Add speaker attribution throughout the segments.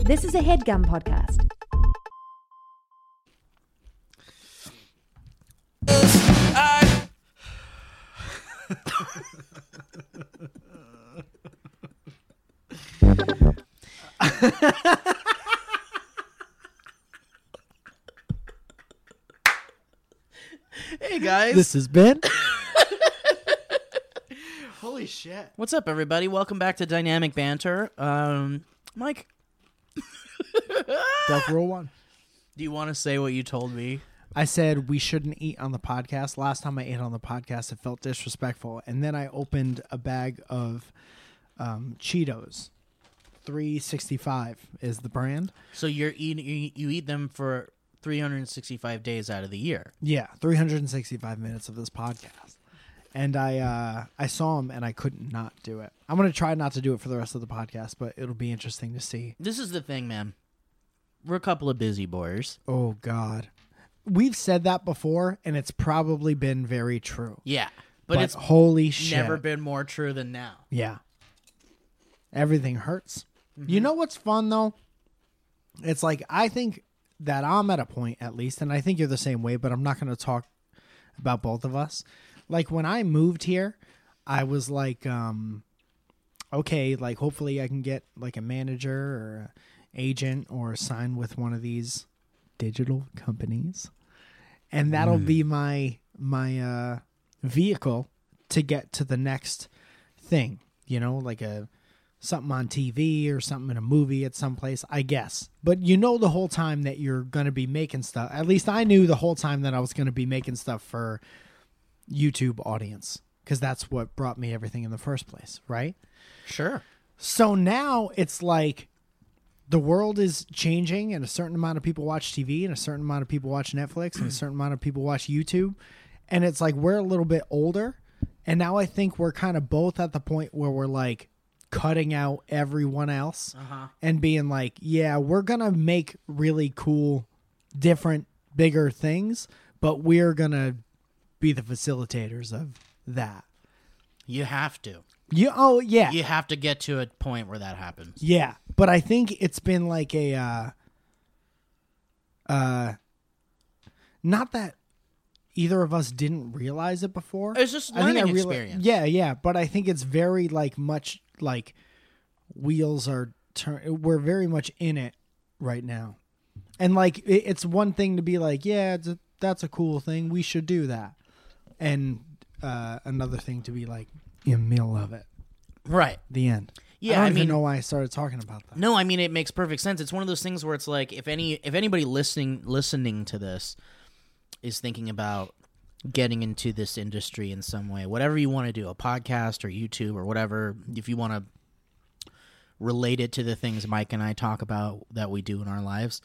Speaker 1: This is a headgum podcast.
Speaker 2: Hey guys.
Speaker 3: This is Ben.
Speaker 2: Holy shit.
Speaker 3: What's up, everybody? Welcome back to Dynamic Banter. Um, Mike,
Speaker 2: Duck roll one.
Speaker 3: do you want to say what you told me?
Speaker 2: I said we shouldn't eat on the podcast. Last time I ate on the podcast, it felt disrespectful. And then I opened a bag of um, Cheetos. 365 is the brand.
Speaker 3: So you're eating, you, you eat them for 365 days out of the year.
Speaker 2: Yeah, 365 minutes of this podcast. And I uh, I saw him and I couldn't not do it. I'm going to try not to do it for the rest of the podcast, but it'll be interesting to see.
Speaker 3: This is the thing, man. We're a couple of busy boys.
Speaker 2: Oh God. We've said that before and it's probably been very true.
Speaker 3: Yeah,
Speaker 2: But,
Speaker 3: but, it's
Speaker 2: holy shit.
Speaker 3: never been more true than now.
Speaker 2: Yeah. Everything hurts. You know what's fun though? It's like I think that I'm at a point at least, and I think you're the same way, but I'm not gonna talk about both of us. Like when I moved here, I was like, um, okay, like hopefully I can get like a manager or a agent or sign with one of these digital companies. And that'll be my my uh vehicle to get to the next thing, you know, like a something on TV or something in a movie at some place, I guess. But you know the whole time that you're going to be making stuff. At least I knew the whole time that I was going to be making stuff for YouTube audience cuz that's what brought me everything in the first place, right?
Speaker 3: Sure.
Speaker 2: So now it's like the world is changing, and a certain amount of people watch TV, and a certain amount of people watch Netflix, and a certain amount of people watch YouTube. And it's like we're a little bit older. And now I think we're kind of both at the point where we're like cutting out everyone else and being like, yeah, we're going to make really cool, different, bigger things, but we're going to be the facilitators of that.
Speaker 3: You have to.
Speaker 2: You, oh, yeah.
Speaker 3: You have to get to a point where that happens.
Speaker 2: Yeah, but I think it's been like a uh uh not that either of us didn't realize it before.
Speaker 3: It's just
Speaker 2: I think I
Speaker 3: learning
Speaker 2: reali-
Speaker 3: experience.
Speaker 2: Yeah, yeah, but I think it's very like much like wheels are turn we're very much in it right now. And like it, it's one thing to be like, yeah, it's a, that's a cool thing. We should do that. And uh another thing to be like in the middle of it.
Speaker 3: Right.
Speaker 2: The end.
Speaker 3: Yeah,
Speaker 2: I don't
Speaker 3: I
Speaker 2: even
Speaker 3: mean-
Speaker 2: know why I started talking about that.
Speaker 3: No, I mean it makes perfect sense. It's one of those things where it's like if any if anybody listening listening to this is thinking about getting into this industry in some way, whatever you want to do, a podcast or YouTube or whatever, if you want to relate it to the things Mike and I talk about that we do in our lives,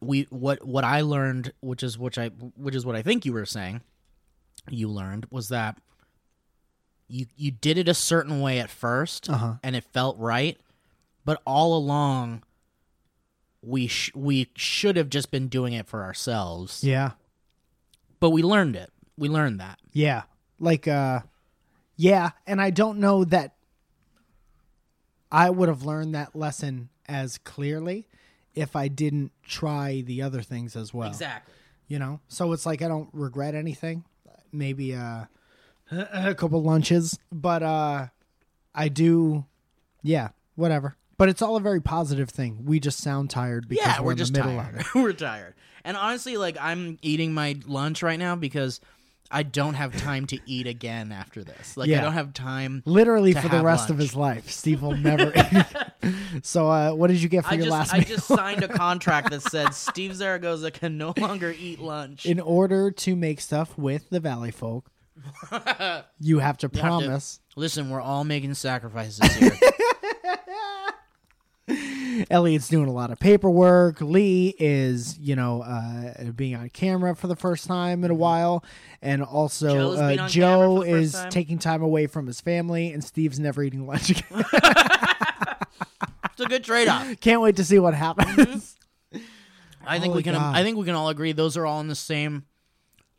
Speaker 3: we what what I learned, which is which I which is what I think you were saying, you learned was that you you did it a certain way at 1st
Speaker 2: Uh-huh.
Speaker 3: and it felt right, but all along we sh- we should have just been doing it for ourselves.
Speaker 2: Yeah.
Speaker 3: But we learned it. We learned that.
Speaker 2: Yeah. Like uh yeah, and I don't know that I would have learned that lesson as clearly if I didn't try the other things as well.
Speaker 3: Exactly.
Speaker 2: You know? So it's like I don't regret anything. Maybe uh a couple lunches, but uh I do yeah, whatever. But it's all a very positive thing. We just sound tired because
Speaker 3: Yeah,
Speaker 2: we're,
Speaker 3: we're
Speaker 2: in
Speaker 3: just
Speaker 2: the middle of
Speaker 3: tired.
Speaker 2: it.
Speaker 3: we're tired. And honestly, like I'm eating my lunch right now because I don't have time to eat again after this. Like
Speaker 2: Yeah.
Speaker 3: I don't have time.
Speaker 2: Literally
Speaker 3: To
Speaker 2: for the
Speaker 3: have
Speaker 2: rest of
Speaker 3: lunch.
Speaker 2: his life, Steve will never. so, uh, what did you get for
Speaker 3: I
Speaker 2: your last
Speaker 3: just I
Speaker 2: meal?
Speaker 3: just signed a contract that said Steve Zaragoza can no longer eat lunch.
Speaker 2: in order to make stuff with the Valley folk, you have to
Speaker 3: have to-
Speaker 2: promise.
Speaker 3: Listen, we're all making sacrifices here.
Speaker 2: Elliot's doing a lot of paperwork. Lee is, you know, uh, being on camera for the first time
Speaker 3: Mm-hmm.
Speaker 2: in a while, and also
Speaker 3: Joe's been
Speaker 2: uh,
Speaker 3: on camera
Speaker 2: Joe
Speaker 3: for the first
Speaker 2: is
Speaker 3: time.
Speaker 2: taking time away from his family, and Steve's never eating lunch again.
Speaker 3: it's a good trade off.
Speaker 2: Can't wait to see what
Speaker 3: Mm-hmm.
Speaker 2: happens.
Speaker 3: I think
Speaker 2: Holy
Speaker 3: we can. um,
Speaker 2: God.
Speaker 3: I think we can all agree those are all in the same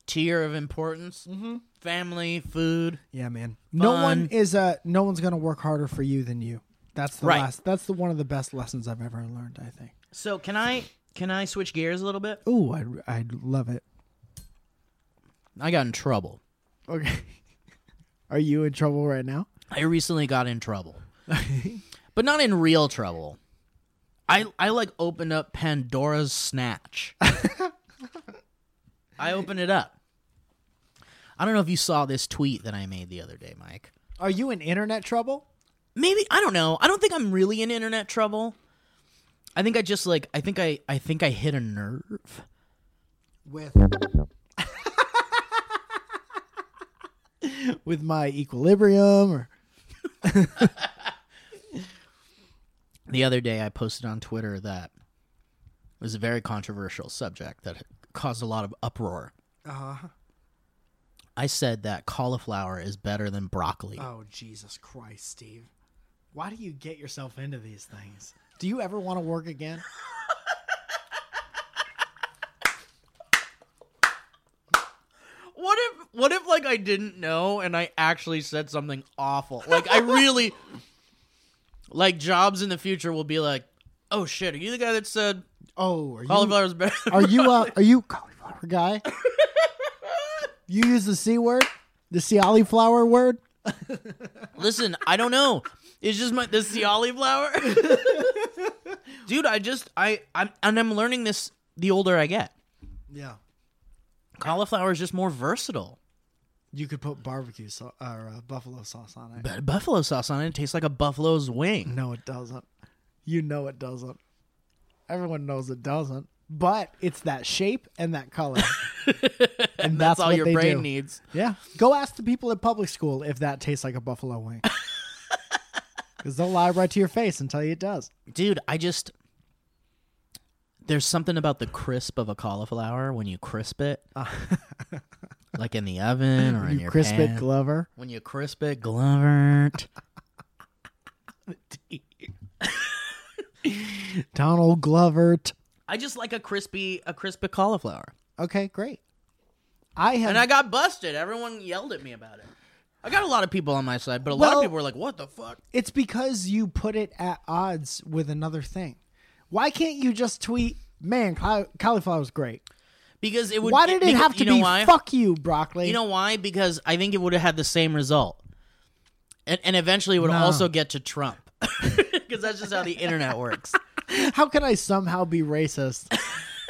Speaker 3: tier of importance: mm-hmm. family, food.
Speaker 2: yeah, man. No
Speaker 3: Fun.
Speaker 2: one is. Uh, no one's gonna work harder for you than you. That's the
Speaker 3: Right.
Speaker 2: last. That's the one of the best lessons I've ever learned. I think.
Speaker 3: So can I can I switch gears a little bit?
Speaker 2: Ooh, I I love it.
Speaker 3: I got in trouble.
Speaker 2: Okay. Are you in trouble right now?
Speaker 3: I recently got in trouble. but not in real trouble. I I like opened up Pandora's snatch. I opened it up. I don't know if you saw this tweet that I made the other day, Mike.
Speaker 2: Are you in internet trouble?
Speaker 3: Maybe I don't know. I don't think I'm really in internet trouble. I think I just like I think I I think I hit a nerve.
Speaker 2: With with my equilibrium or
Speaker 3: The other day, I posted on Twitter that it was a very controversial subject that caused a lot of uproar.
Speaker 2: uh-huh.
Speaker 3: I said that cauliflower is better than broccoli.
Speaker 2: Oh Jesus Christ, Steve. Why do you get yourself into these things? Do you ever want to work again?
Speaker 3: What if, what if, like, I didn't know and I actually said something awful? Like, I really, like, jobs in the future will be like, oh shit, are you the guy that said
Speaker 2: Oh, are you
Speaker 3: cauliflower is better? than
Speaker 2: are you uh, are you cauliflower guy? you use the C word? The cauliflower word?
Speaker 3: Listen, I don't know. It's just my this the olive flower. Dude, I just I I'm and I'm learning this the older I get.
Speaker 2: Yeah.
Speaker 3: Cauliflower is just more versatile.
Speaker 2: You could put barbecue so- or uh, buffalo sauce on it.
Speaker 3: But buffalo sauce on it, it tastes like a buffalo's wing.
Speaker 2: No, it doesn't. You know it doesn't. Everyone knows it doesn't. But it's that shape and that color.
Speaker 3: and that's,
Speaker 2: that's
Speaker 3: all
Speaker 2: what
Speaker 3: your
Speaker 2: they
Speaker 3: brain
Speaker 2: do.
Speaker 3: needs.
Speaker 2: yeah. Go ask the people at public school if that tastes like a buffalo wing. Because they'll lie right to your face and tell you it does.
Speaker 3: Dude, I just there's something about the crisp of a cauliflower when you crisp it. like in the oven or in
Speaker 2: You
Speaker 3: your
Speaker 2: crisp
Speaker 3: pan.
Speaker 2: it, Glover.
Speaker 3: when you crisp it, Glovert.
Speaker 2: Donald Glovert.
Speaker 3: I just like a crispy a crispy cauliflower.
Speaker 2: Okay, great. I have.
Speaker 3: And I got busted. Everyone yelled at me about it. I got a lot of people on my side, but a lot
Speaker 2: Well-
Speaker 3: of people were like, "What the fuck?"
Speaker 2: it's because you put it at odds with another thing. Why can't you just tweet, man, ca- cauliflower's great?
Speaker 3: Because it would.
Speaker 2: Why did it
Speaker 3: beca-
Speaker 2: have to
Speaker 3: you know
Speaker 2: be
Speaker 3: Why?
Speaker 2: fuck you, broccoli?
Speaker 3: You know why? Because I think it would have had the same result, and and eventually it would
Speaker 2: No.
Speaker 3: also get to Trump, because that's just how the internet works.
Speaker 2: How can I somehow be racist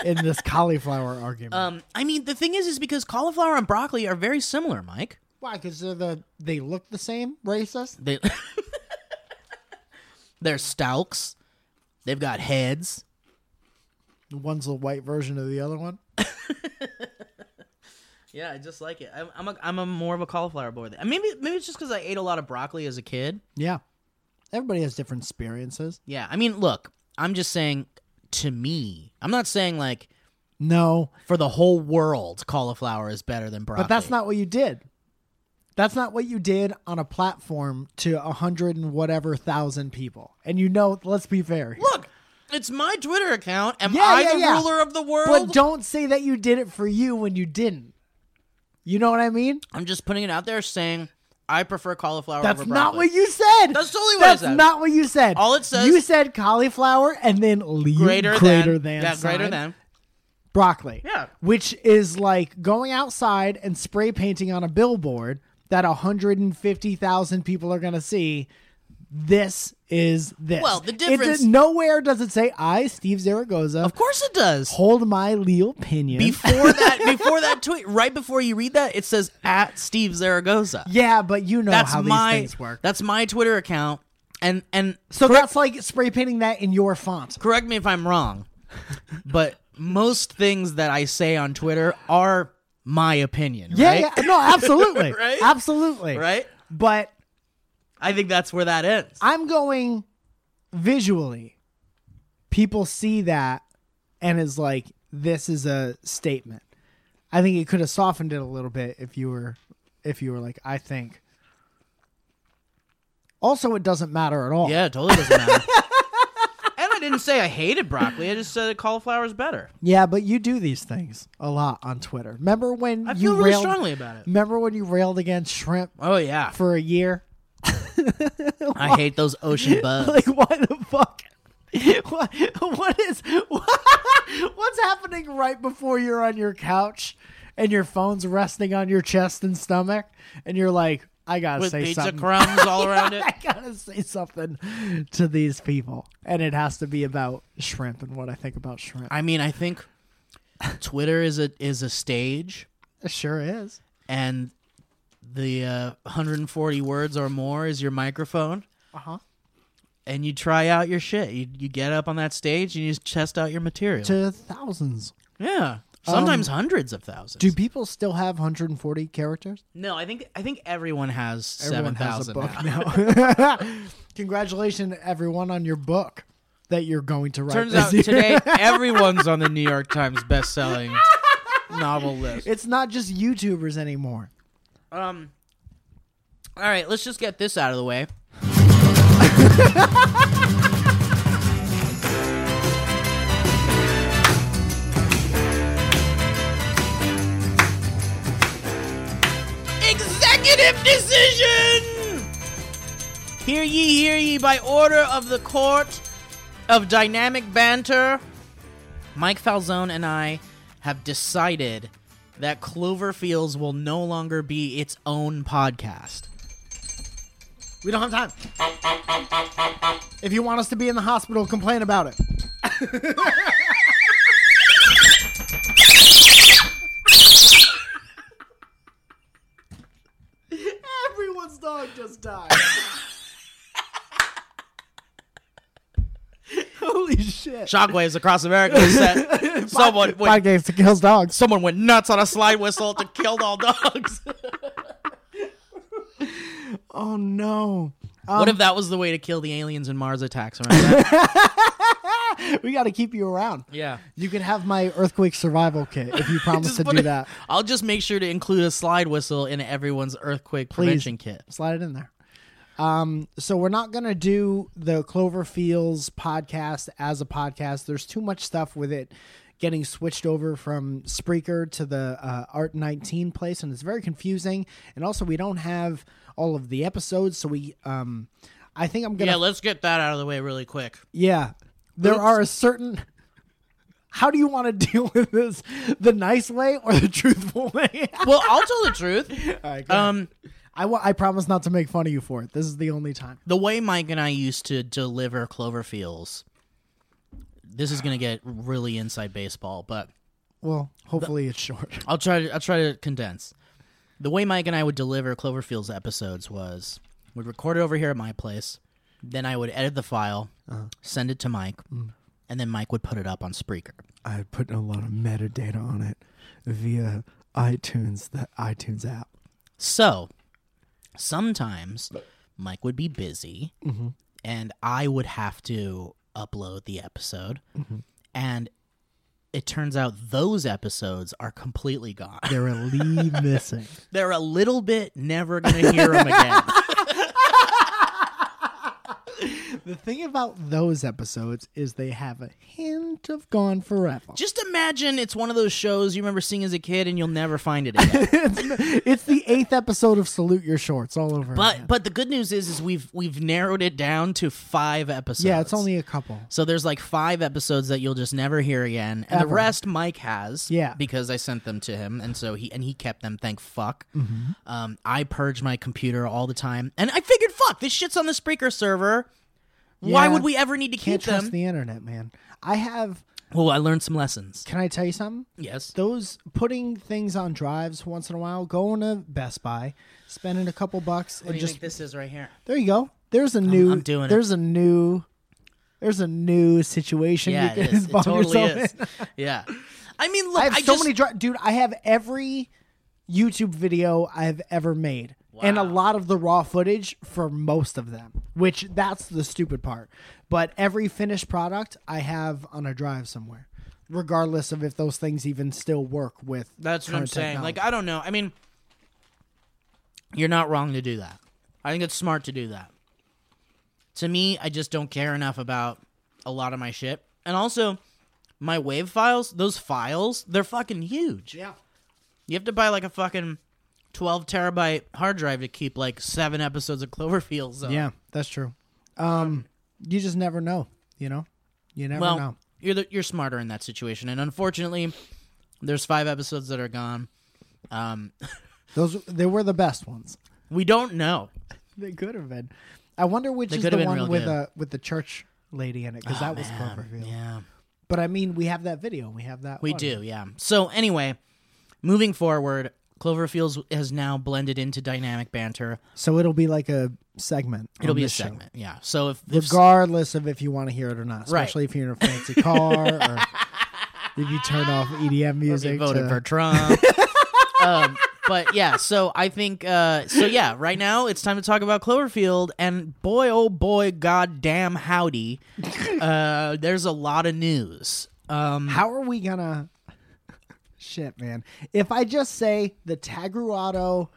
Speaker 2: in this cauliflower argument?
Speaker 3: Um, I mean, the thing is, is because cauliflower and broccoli are very similar, Mike.
Speaker 2: Why? Because they're the they look the same. Racist.
Speaker 3: They, they're stalks. They've got heads.
Speaker 2: One's the white version of the other one.
Speaker 3: Yeah, I just like it. I'm I'm a, I'm a more of a cauliflower boy. than- Maybe maybe it's just because I ate a lot of broccoli as a kid.
Speaker 2: Yeah. Everybody has different experiences.
Speaker 3: Yeah, I mean, look, I'm just saying to me. I'm not saying like
Speaker 2: No,
Speaker 3: for the whole world cauliflower is better than broccoli.
Speaker 2: but that's not what you did. That's not what you did on a platform to a hundred and whatever thousand people. And you know, let's be fair. here.
Speaker 3: Look, it's my Twitter account. Am
Speaker 2: Yeah,
Speaker 3: I
Speaker 2: yeah,
Speaker 3: the
Speaker 2: yeah.
Speaker 3: ruler of the world?
Speaker 2: But don't say that you did it for you when you didn't. You know what I mean?
Speaker 3: I'm just putting it out there saying I prefer cauliflower
Speaker 2: That's
Speaker 3: over
Speaker 2: not
Speaker 3: broccoli.
Speaker 2: what you said.
Speaker 3: That's totally what I
Speaker 2: That's
Speaker 3: said.
Speaker 2: not what you said.
Speaker 3: All it says-
Speaker 2: You said cauliflower and then leave
Speaker 3: greater,
Speaker 2: greater,
Speaker 3: than,
Speaker 2: than
Speaker 3: yeah, greater
Speaker 2: sign,
Speaker 3: than.
Speaker 2: broccoli.
Speaker 3: Yeah.
Speaker 2: Which is like going outside and spray painting on a billboard that 150,000 people are going to see. This is this.
Speaker 3: Well, the
Speaker 2: It
Speaker 3: difference-
Speaker 2: did- nowhere does it say I, Steve Zaragoza,
Speaker 3: Of course it does.
Speaker 2: hold my leal opinion.
Speaker 3: Before that, before that tweet, right before you read that, it says at Steve Zaragoza.
Speaker 2: yeah, but you know
Speaker 3: that's
Speaker 2: how
Speaker 3: my
Speaker 2: these things work.
Speaker 3: that's my Twitter account, and and
Speaker 2: So that's like spray painting that in your font.
Speaker 3: correct me if I'm wrong, but most things that I say on Twitter are my opinion,
Speaker 2: Yeah,
Speaker 3: right?
Speaker 2: yeah. No, absolutely.
Speaker 3: Right?
Speaker 2: Absolutely.
Speaker 3: Right?
Speaker 2: But
Speaker 3: I think that's where that ends.
Speaker 2: I'm going visually. People see that and is like, this is a statement. I think it could have softened it a little bit if you were if you were like, I think. Also, it doesn't matter at all.
Speaker 3: yeah, it totally doesn't matter. and I didn't say I hated broccoli. I just said cauliflower is better.
Speaker 2: Yeah, but you do these things a lot on Twitter. Remember when
Speaker 3: I
Speaker 2: you
Speaker 3: feel really
Speaker 2: railed,
Speaker 3: strongly about it.
Speaker 2: Remember when you railed against shrimp
Speaker 3: Oh yeah,
Speaker 2: for a year?
Speaker 3: I hate those ocean bugs.
Speaker 2: like why the fuck? What, what is what's happening right before you're on your couch and your phone's resting on your chest and stomach and you're like, I gotta
Speaker 3: with
Speaker 2: say
Speaker 3: pizza
Speaker 2: something.
Speaker 3: crumbs all around it.
Speaker 2: I gotta say something to these people, and it has to be about shrimp and what I think about shrimp.
Speaker 3: I mean, I think Twitter is a is a stage,
Speaker 2: It sure is.
Speaker 3: and the uh, 140 words or more is your microphone,
Speaker 2: Uh
Speaker 3: Uh-huh.
Speaker 2: huh.
Speaker 3: and you try out your shit. You you get up on that stage and you just test out your material.
Speaker 2: To Um, thousands.
Speaker 3: yeah, sometimes hundreds of thousands.
Speaker 2: Do people still have 140 characters?
Speaker 3: no, I think I think everyone has seven
Speaker 2: Everyone has
Speaker 3: thousand.
Speaker 2: a book now. Congratulations, everyone, on your book that you're going to write.
Speaker 3: Turns
Speaker 2: this
Speaker 3: out
Speaker 2: year.
Speaker 3: today everyone's on the New York Times best-selling novel list.
Speaker 2: it's not just YouTubers anymore.
Speaker 3: Um. All right, let's just get this out of the way. Executive decision. Hear ye, hear ye! By order of the court of dynamic banter, Mike Falzone and I have decided that Cloverfields will no longer be its own podcast.
Speaker 2: We don't have time. If you want us to be in the hospital, complain about it. Everyone's dog just died. Holy shit.
Speaker 3: Shockwaves across America set. Someone went,
Speaker 2: Podcast that kills dogs.
Speaker 3: someone went nuts on a slide whistle to kill all dogs.
Speaker 2: Oh no.
Speaker 3: what if that was the way to kill the aliens and Mars attacks? Remember that?
Speaker 2: We got to keep you around.
Speaker 3: yeah.
Speaker 2: You can have my earthquake survival kit if you promise to
Speaker 3: Just put
Speaker 2: do
Speaker 3: it-
Speaker 2: that.
Speaker 3: I'll just make sure to include a slide whistle in everyone's earthquake prevention kit.
Speaker 2: slide it in there. Um, so we're not gonna do the Cloverfields podcast as a podcast. There's too much stuff with it getting switched over from Spreaker to the uh, Art 19 place, and it's very confusing. And also, we don't have all of the episodes, so we. Um, I think I'm gonna.
Speaker 3: Yeah, let's get that out of the way really quick.
Speaker 2: Yeah. There
Speaker 3: Oops.
Speaker 2: are a certain How do you want to deal with this? The nice way or the truthful way?
Speaker 3: Well, I'll tell the truth.
Speaker 2: All right, go ahead.
Speaker 3: Um,
Speaker 2: I wa- I promise not to make fun of you for it. This is the only time.
Speaker 3: the way Mike and I used to deliver Cloverfields, this is going to get really inside baseball, but
Speaker 2: Well, hopefully it's short.
Speaker 3: I'll try to I'll try to condense. The way Mike and I would deliver Cloverfield's episodes was we'd record it over here at my place, then I would edit the file, send it to Mike, and then Mike would put it up on Spreaker.
Speaker 2: I put a lot of metadata on it via iTunes, the iTunes app.
Speaker 3: So sometimes Mike would be busy, and I would have to upload the episode, and it turns out those episodes are completely gone.
Speaker 2: They're a lead missing.
Speaker 3: They're a little bit never gonna hear them again.
Speaker 2: The thing about those episodes is they have a hint of gone forever.
Speaker 3: Just imagine it's one of those shows you remember seeing as a kid and you'll never find it again.
Speaker 2: it's the eighth episode of Salute Your Shorts all over. again.
Speaker 3: but but the good news is is we've we've narrowed it down to five episodes.
Speaker 2: yeah, it's only a couple.
Speaker 3: so there's like five episodes that you'll just never hear again, and the
Speaker 2: Ever.
Speaker 3: rest Mike has.
Speaker 2: Yeah.
Speaker 3: because I sent them to him, and so he and he kept them. Thank fuck.
Speaker 2: Mm-hmm.
Speaker 3: Um, I purge my computer all the time, and I figured, fuck, this shit's on the Spreaker server. Why
Speaker 2: Yeah.
Speaker 3: would we ever need to
Speaker 2: Can't
Speaker 3: keep
Speaker 2: trust
Speaker 3: them?
Speaker 2: the internet, man. I have.
Speaker 3: oh, I learned some lessons.
Speaker 2: Can I tell you something?
Speaker 3: Yes.
Speaker 2: Those putting things on drives once in a while, going to Best Buy, spending a couple bucks,
Speaker 3: What do
Speaker 2: and
Speaker 3: you
Speaker 2: just
Speaker 3: think this is right here?
Speaker 2: there you go. There's a new.
Speaker 3: I'm doing it.
Speaker 2: There's a new. There's a new situation.
Speaker 3: Yeah,
Speaker 2: you
Speaker 3: it
Speaker 2: can
Speaker 3: is. It
Speaker 2: involve
Speaker 3: totally
Speaker 2: yourself
Speaker 3: is.
Speaker 2: in.
Speaker 3: Yeah. I mean, look,
Speaker 2: I
Speaker 3: I,
Speaker 2: have so
Speaker 3: just,
Speaker 2: many dri- dude. I have every YouTube video I've ever made, and a lot of the raw footage for most of them. Which that's the stupid part. But every finished product I have on a drive somewhere, regardless of if those things even still work with.
Speaker 3: That's what I'm
Speaker 2: current
Speaker 3: saying.
Speaker 2: technology.
Speaker 3: Like, I don't know. I mean, you're not wrong to do that. I think it's smart to do that. To me, I just don't care enough about a lot of my shit. And also, my wave files, those files, they're fucking huge.
Speaker 2: yeah.
Speaker 3: You have to buy like a fucking 12 terabyte hard drive to keep like seven episodes of Cloverfield. So.
Speaker 2: Yeah, that's true. Um, you just never know. You know, you never
Speaker 3: well,
Speaker 2: know.
Speaker 3: you're the, you're smarter in that situation, and unfortunately, there's five episodes that are gone. Um,
Speaker 2: Those they were the best ones.
Speaker 3: we don't know.
Speaker 2: They could have been. I wonder which
Speaker 3: They
Speaker 2: is
Speaker 3: could
Speaker 2: the
Speaker 3: have been real
Speaker 2: one with
Speaker 3: good. Oh,
Speaker 2: uh with the church lady in it because that was
Speaker 3: Man,
Speaker 2: Cloverfield.
Speaker 3: Yeah,
Speaker 2: But I mean, we have that video. We have that.
Speaker 3: we do. Yeah. So anyway, moving forward, Cloverfield has now blended into dynamic banter.
Speaker 2: So it'll be like a segment.
Speaker 3: It'll
Speaker 2: on
Speaker 3: be a
Speaker 2: this show.
Speaker 3: segment. Yeah. So if, if
Speaker 2: regardless of if you want to hear it or not,
Speaker 3: Right.
Speaker 2: especially if you're in a fancy car or if you turn off EDM
Speaker 3: they
Speaker 2: music.
Speaker 3: voted
Speaker 2: to-
Speaker 3: for Trump. um, but yeah, so I think uh, so. Yeah, right now it's time to talk about Cloverfield, and boy, oh boy, goddamn howdy, uh, there's a lot of news. Um,
Speaker 2: How are we gonna? Shit, man! If I just say the Tagruado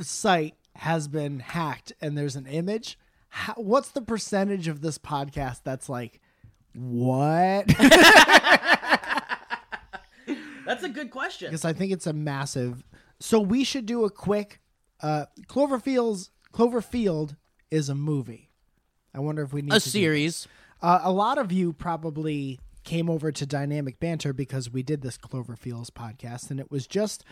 Speaker 2: site has been hacked and there's an image, how, what's the percentage of this podcast that's like, what?
Speaker 3: that's a good question.
Speaker 2: Because I think it's a massive. So we should do a quick. Uh, Cloverfield's Cloverfield is a movie. I wonder if we need
Speaker 3: A
Speaker 2: to do-
Speaker 3: series,
Speaker 2: Uh, a lot of you probably came over to Dynamic Banter because we did this Cloverfields podcast, and it was just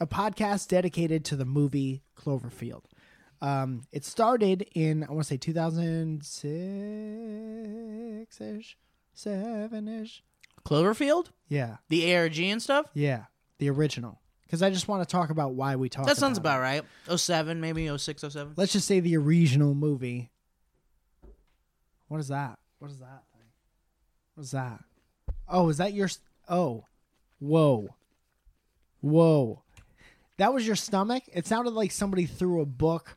Speaker 2: a podcast dedicated to the movie Cloverfield. Um, it started in, I want to say 2006 ish, 7 ish.
Speaker 3: Cloverfield,
Speaker 2: Yeah,
Speaker 3: the ARG and stuff.
Speaker 2: yeah, the original. Because I just want to talk about why we talk.
Speaker 3: That sounds
Speaker 2: about it.
Speaker 3: about right. 07, maybe 06, 07.
Speaker 2: Let's just say the original movie. What is that? What is that thing? What is that? Oh, is that your? s- Oh, whoa, whoa, that was your stomach. It sounded like somebody threw a book.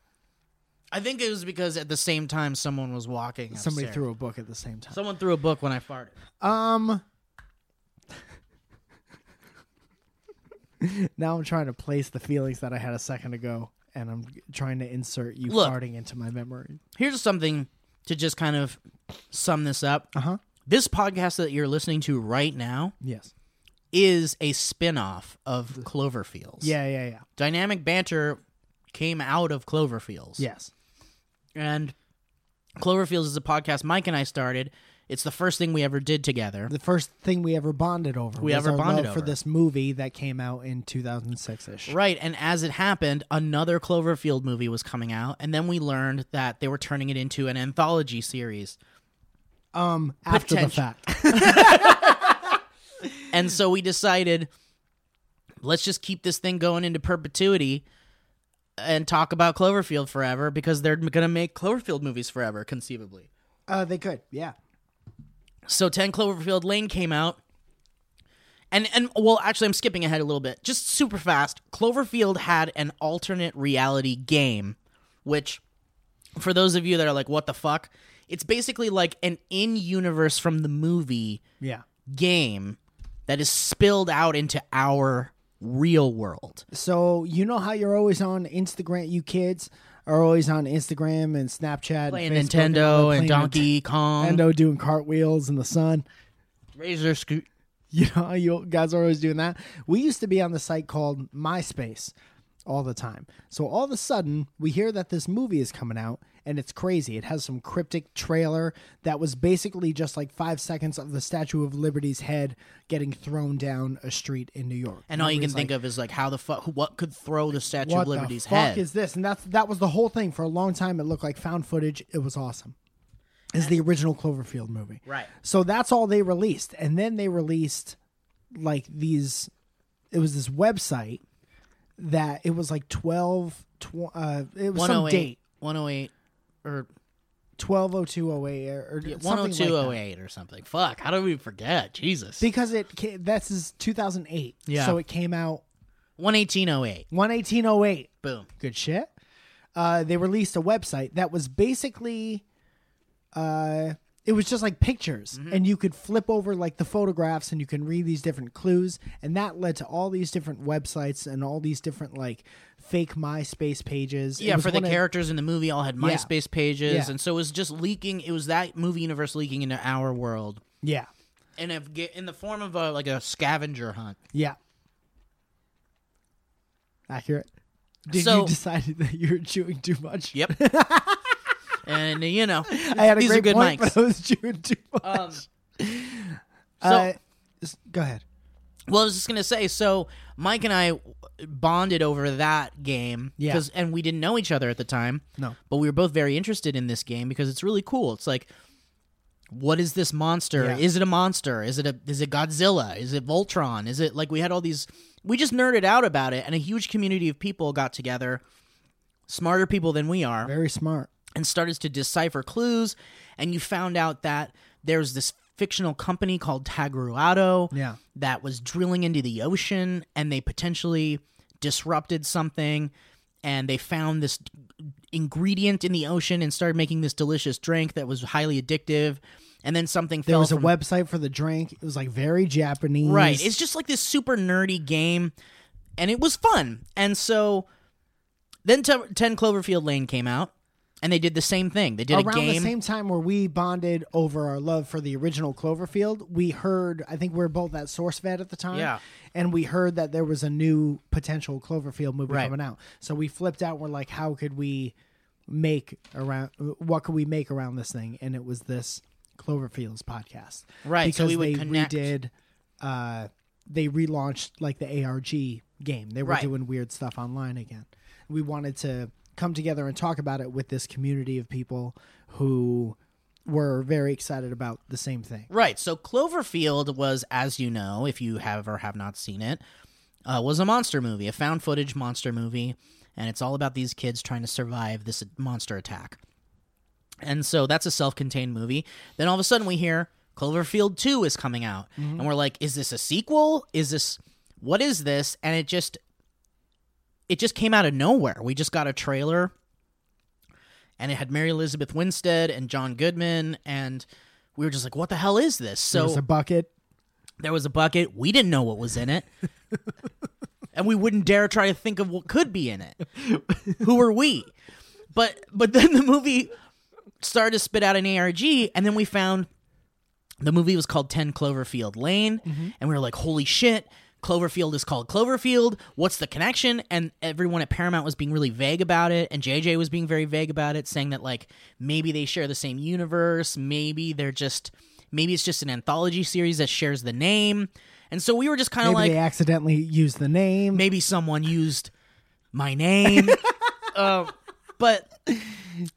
Speaker 3: I think it was because at the same time someone was walking. Upstairs.
Speaker 2: Somebody threw a book at the same time.
Speaker 3: Someone threw a book when I farted.
Speaker 2: Um. now I'm trying to place the feelings that I had a second ago, and I'm trying to insert you
Speaker 3: Look.
Speaker 2: farting into my memory.
Speaker 3: Here's something to just kind of sum this up.
Speaker 2: Uh huh.
Speaker 3: this podcast that you're listening to right now
Speaker 2: Yes.
Speaker 3: is a spin-off of Cloverfields.
Speaker 2: Yeah. Yeah. Yeah.
Speaker 3: Dynamic Banter came out of Cloverfields.
Speaker 2: Yes.
Speaker 3: And Cloverfields is a podcast Mike and I started. It's the first thing we ever did together.
Speaker 2: the first thing we ever bonded over.
Speaker 3: We
Speaker 2: was
Speaker 3: ever
Speaker 2: our
Speaker 3: bonded
Speaker 2: love for
Speaker 3: over.
Speaker 2: this movie that came out in 2006 ish.
Speaker 3: Right, and as it happened, another Cloverfield movie was coming out, and then we learned that they were turning it into an anthology series.
Speaker 2: Um, after the
Speaker 3: Potenti-
Speaker 2: fact,
Speaker 3: And so we decided let's just keep this thing going into perpetuity and talk about Cloverfield forever because they're going to make Cloverfield movies forever, conceivably.
Speaker 2: uh, they could, yeah,
Speaker 3: So 10 Cloverfield Lane came out. And, and well, actually, I'm skipping ahead a little bit. Just super fast. Cloverfield had an alternate reality game, which, for those of you that are like, what the fuck? It's basically like an in universe from the movie
Speaker 2: yeah.
Speaker 3: game that is spilled out into our real world.
Speaker 2: So you know how you're always on Instagram, you kids are always on Instagram and Snapchat,
Speaker 3: Playing
Speaker 2: and Facebook
Speaker 3: Nintendo
Speaker 2: and
Speaker 3: and
Speaker 2: playing
Speaker 3: Donkey Kong,
Speaker 2: Nintendo doing cartwheels in the sun.
Speaker 3: Razor Scoot.
Speaker 2: You know, how you guys are always doing that. We used to be on the site called MySpace all the time. So all of a sudden, we hear that this movie is coming out and it's crazy. It has some cryptic trailer that was basically just like five seconds of the Statue of Liberty's head getting thrown down a street in New York.
Speaker 3: And all you can think of is like, how the fuck, what could throw the Statue
Speaker 2: what
Speaker 3: of Liberty's
Speaker 2: the fuck
Speaker 3: head?
Speaker 2: is this? And that's that was the whole thing for a long time. It looked like found footage. It was awesome. Is the original Cloverfield movie.
Speaker 3: Right.
Speaker 2: So that's all they released. And then they released like these it was this website that it was like 12 tw- uh it was some
Speaker 3: 108,
Speaker 2: date
Speaker 3: 108, or
Speaker 2: 120208 or, or something like that.
Speaker 3: 10208 or something. Fuck, how do we forget? Jesus.
Speaker 2: because it ca- that's is 2008.
Speaker 3: Yeah.
Speaker 2: So it came out
Speaker 3: 11808.
Speaker 2: 11808.
Speaker 3: Boom.
Speaker 2: good shit. Uh, they released a website that was basically, uh, it was just like pictures,
Speaker 3: Mm-hmm.
Speaker 2: and you could flip over like the photographs, and you can read these different clues, and that led to all these different websites and all these different like fake MySpace pages. It
Speaker 3: Yeah,
Speaker 2: was
Speaker 3: for the
Speaker 2: one of-
Speaker 3: characters in the movie, all had
Speaker 2: Yeah.
Speaker 3: MySpace pages.
Speaker 2: Yeah.
Speaker 3: And so it was just leaking. It was that movie universe leaking into our world.
Speaker 2: yeah,
Speaker 3: And if, in the form of a, like a scavenger hunt.
Speaker 2: yeah. Accurate. Did
Speaker 3: So-
Speaker 2: you decided that you were chewing too much?
Speaker 3: Yep. and you know,
Speaker 2: I had a
Speaker 3: These are
Speaker 2: great
Speaker 3: good
Speaker 2: point,
Speaker 3: mics.
Speaker 2: but I was chewing too much.
Speaker 3: um, so
Speaker 2: Uh, s- go ahead.
Speaker 3: well, I was just gonna say. So Mike and I bonded over that game
Speaker 2: Yeah.
Speaker 3: 'cause- and we didn't know each other at the time.
Speaker 2: No.
Speaker 3: but we were both very interested in this game because it's really cool. It's like, what is this monster?
Speaker 2: Yeah.
Speaker 3: Is it a monster? Is it a is it Godzilla? Is it Voltron? Is it like we had all these? We just nerded out about it, and a huge community of people got together, smarter people than we are,
Speaker 2: Very smart.
Speaker 3: and started to decipher clues. And you found out that there's this fictional company called Tagruado
Speaker 2: Yeah.
Speaker 3: that was drilling into the ocean and they potentially disrupted something and they found this ingredient in the ocean and started making this delicious drink that was highly addictive and then something
Speaker 2: There
Speaker 3: fell
Speaker 2: was a
Speaker 3: from-
Speaker 2: website for the drink. It was like very Japanese.
Speaker 3: right it's just like this super nerdy game and it was fun and so then Te- 10 cloverfield lane came out and they did the same thing they did a
Speaker 2: around
Speaker 3: game
Speaker 2: the same time where we bonded over our love for the original Cloverfield, we heard I think we were both at SourceFed at the time.
Speaker 3: Yeah.
Speaker 2: And we heard that there was a new potential Cloverfield movie
Speaker 3: Right.
Speaker 2: coming out. So we flipped out and we're like, how could we make around what could we make around this thing? And it was this Cloverfield's podcast.
Speaker 3: Right,
Speaker 2: Because
Speaker 3: so we would
Speaker 2: they
Speaker 3: connect.
Speaker 2: redid uh they relaunched like the ARG game. They were
Speaker 3: Right.
Speaker 2: doing weird stuff online again. We wanted to come together and talk about it with this community of people who were very excited about the same thing.
Speaker 3: Right. So Cloverfield was, as you know, if you have or have not seen it, uh, was a monster movie, a found footage monster movie, and it's all about these kids trying to survive this monster attack. And so that's a self-contained movie. Then all of a sudden we hear Cloverfield 2 is coming out.
Speaker 2: Mm-hmm.
Speaker 3: And we're like, is this a sequel? Is this what is this? And it just it just came out of nowhere. We just got a trailer and it had Mary Elizabeth Winstead and John Goodman and we were just like, what the hell is this? So
Speaker 2: There was a bucket.
Speaker 3: there was a bucket. We didn't know what was in it. and we wouldn't dare try to think of what could be in it. Who are we? But but then the movie started to spit out an ARG and then we found the movie was called 10 Cloverfield Lane
Speaker 2: Mm-hmm.
Speaker 3: and we were like, "Holy shit, Cloverfield is called Cloverfield. What's the connection?" And everyone at Paramount was being really vague about it and JJ was being very vague about it saying that like maybe they share the same universe, maybe they're just maybe it's just an anthology series that shares the name. And so we were just kind of
Speaker 2: Maybe
Speaker 3: like
Speaker 2: they accidentally used the name.
Speaker 3: maybe someone used my name. um, but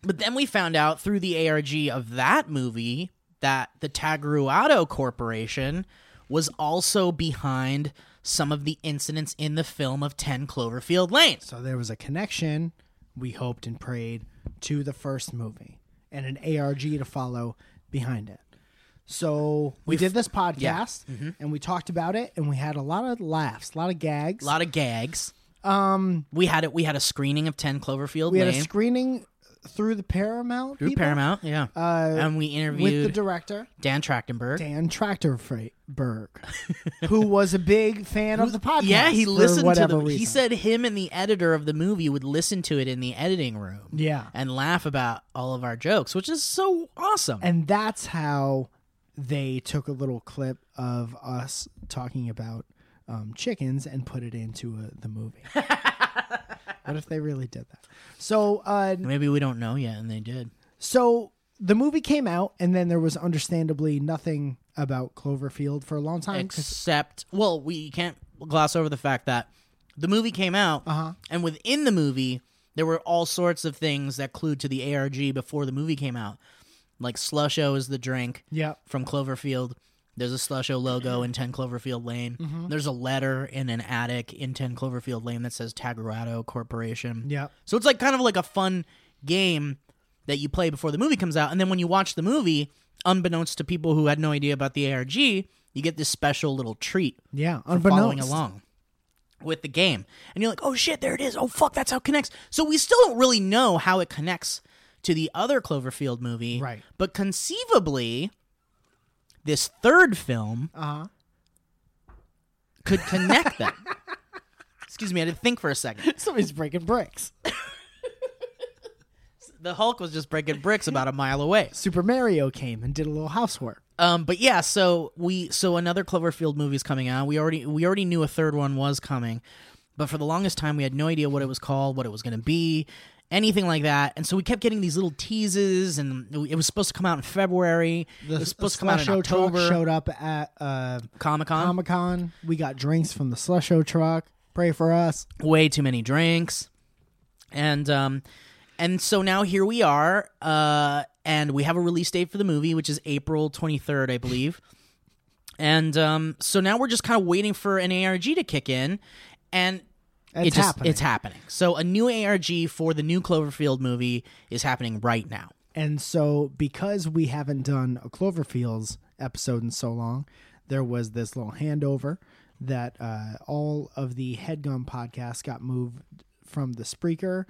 Speaker 3: but then we found out through the ARG of that movie that the Tagruado Corporation was also behind some of the incidents in the film of 10 Cloverfield Lane.
Speaker 2: So there was a connection, we hoped and prayed, to the first movie and an ARG to follow behind it. So we did this podcast
Speaker 3: Mm-hmm.
Speaker 2: and we talked about it and we had a lot of laughs, a lot of gags.
Speaker 3: A lot of gags.
Speaker 2: um
Speaker 3: We had it we had a screening of 10 Cloverfield
Speaker 2: we had
Speaker 3: Lane
Speaker 2: a screening through the Paramount
Speaker 3: through
Speaker 2: people,
Speaker 3: Paramount, yeah.
Speaker 2: uh,
Speaker 3: and we
Speaker 2: with the
Speaker 3: interviewed
Speaker 2: director
Speaker 3: Dan Trachtenberg.
Speaker 2: Dan Trachterberg, who was a big fan of the podcast.
Speaker 3: yeah, he
Speaker 2: for
Speaker 3: listened to the
Speaker 2: whatever
Speaker 3: he
Speaker 2: reason.
Speaker 3: said him and the editor of the movie would listen to it in the editing room.
Speaker 2: yeah.
Speaker 3: and laugh about all of our jokes, which is so awesome.
Speaker 2: And that's how they took a little clip of us talking about um, chickens and put it into uh the movie. what if they really did that? So, uh,
Speaker 3: Maybe we don't know yet, and they did.
Speaker 2: so the movie came out, and then there was understandably nothing about Cloverfield for a long time. 'cause-
Speaker 3: Except, well, we can't gloss over the fact that the movie came out,
Speaker 2: Uh-huh.
Speaker 3: and within the movie, there were all sorts of things that clued to the ARG before the movie came out. Like Slusho is the drink
Speaker 2: yeah,
Speaker 3: from Cloverfield. There's a Slusho logo in 10 Cloverfield Lane.
Speaker 2: Mm-hmm.
Speaker 3: There's a letter in an attic in 10 Cloverfield Lane that says Tagorado Corporation.
Speaker 2: yeah.
Speaker 3: So it's like kind of like a fun game that you play before the movie comes out, and then when you watch the movie, unbeknownst to people who had no idea about the ARG, you get this special little treat
Speaker 2: Yeah,
Speaker 3: for following
Speaker 2: unbeknownst.
Speaker 3: along with the game, and you're like, "Oh shit, there it is! Oh fuck, that's how it connects." So we still don't really know how it connects to the other Cloverfield movie,
Speaker 2: Right.
Speaker 3: But conceivably, this third film
Speaker 2: Uh-huh.
Speaker 3: could connect them. Excuse me, I had to think for a second.
Speaker 2: Somebody's breaking bricks.
Speaker 3: The Hulk was just breaking bricks about a mile away.
Speaker 2: Super Mario came and did a little housework.
Speaker 3: Um, but yeah, so we so another Cloverfield movie is coming out. We already we already knew a third one was coming, But for the longest time, we had no idea what it was called, what it was going to be, anything like that. And so we kept getting these little teases, and it was supposed to come out in February. it was supposed to come out in
Speaker 2: Slush-O truck
Speaker 3: October.
Speaker 2: Showed up at uh,
Speaker 3: Comic Con.
Speaker 2: Comic Con. We got drinks from the Slusho truck. Pray for us.
Speaker 3: way too many drinks and um and so now here we are uh and we have a release date for the movie which is april 23rd i believe and um so now we're just kind of waiting for an arg to kick in and
Speaker 2: It's
Speaker 3: it just,
Speaker 2: happening.
Speaker 3: it's happening so a new arg for the new cloverfield movie is happening right now
Speaker 2: And so, because we haven't done a Cloverfield's episode in so long, there was this little handover that uh, all of the Headgum podcasts got moved from the Spreaker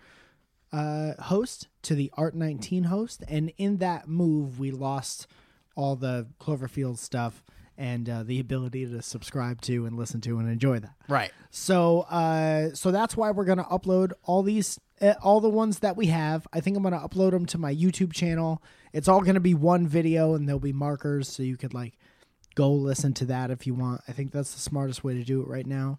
Speaker 2: uh, host to the Art 19 host. And in that move, we lost all the Cloverfield stuff and uh, the ability to subscribe to and listen to and enjoy that.
Speaker 3: right
Speaker 2: So, uh, so that's why we're gonna upload all these, uh, all the ones that we have. I think I'm gonna upload them to my YouTube channel. It's all gonna be one video, and there'll be markers, so you could like go listen to that if you want. I think that's the smartest way to do it right now.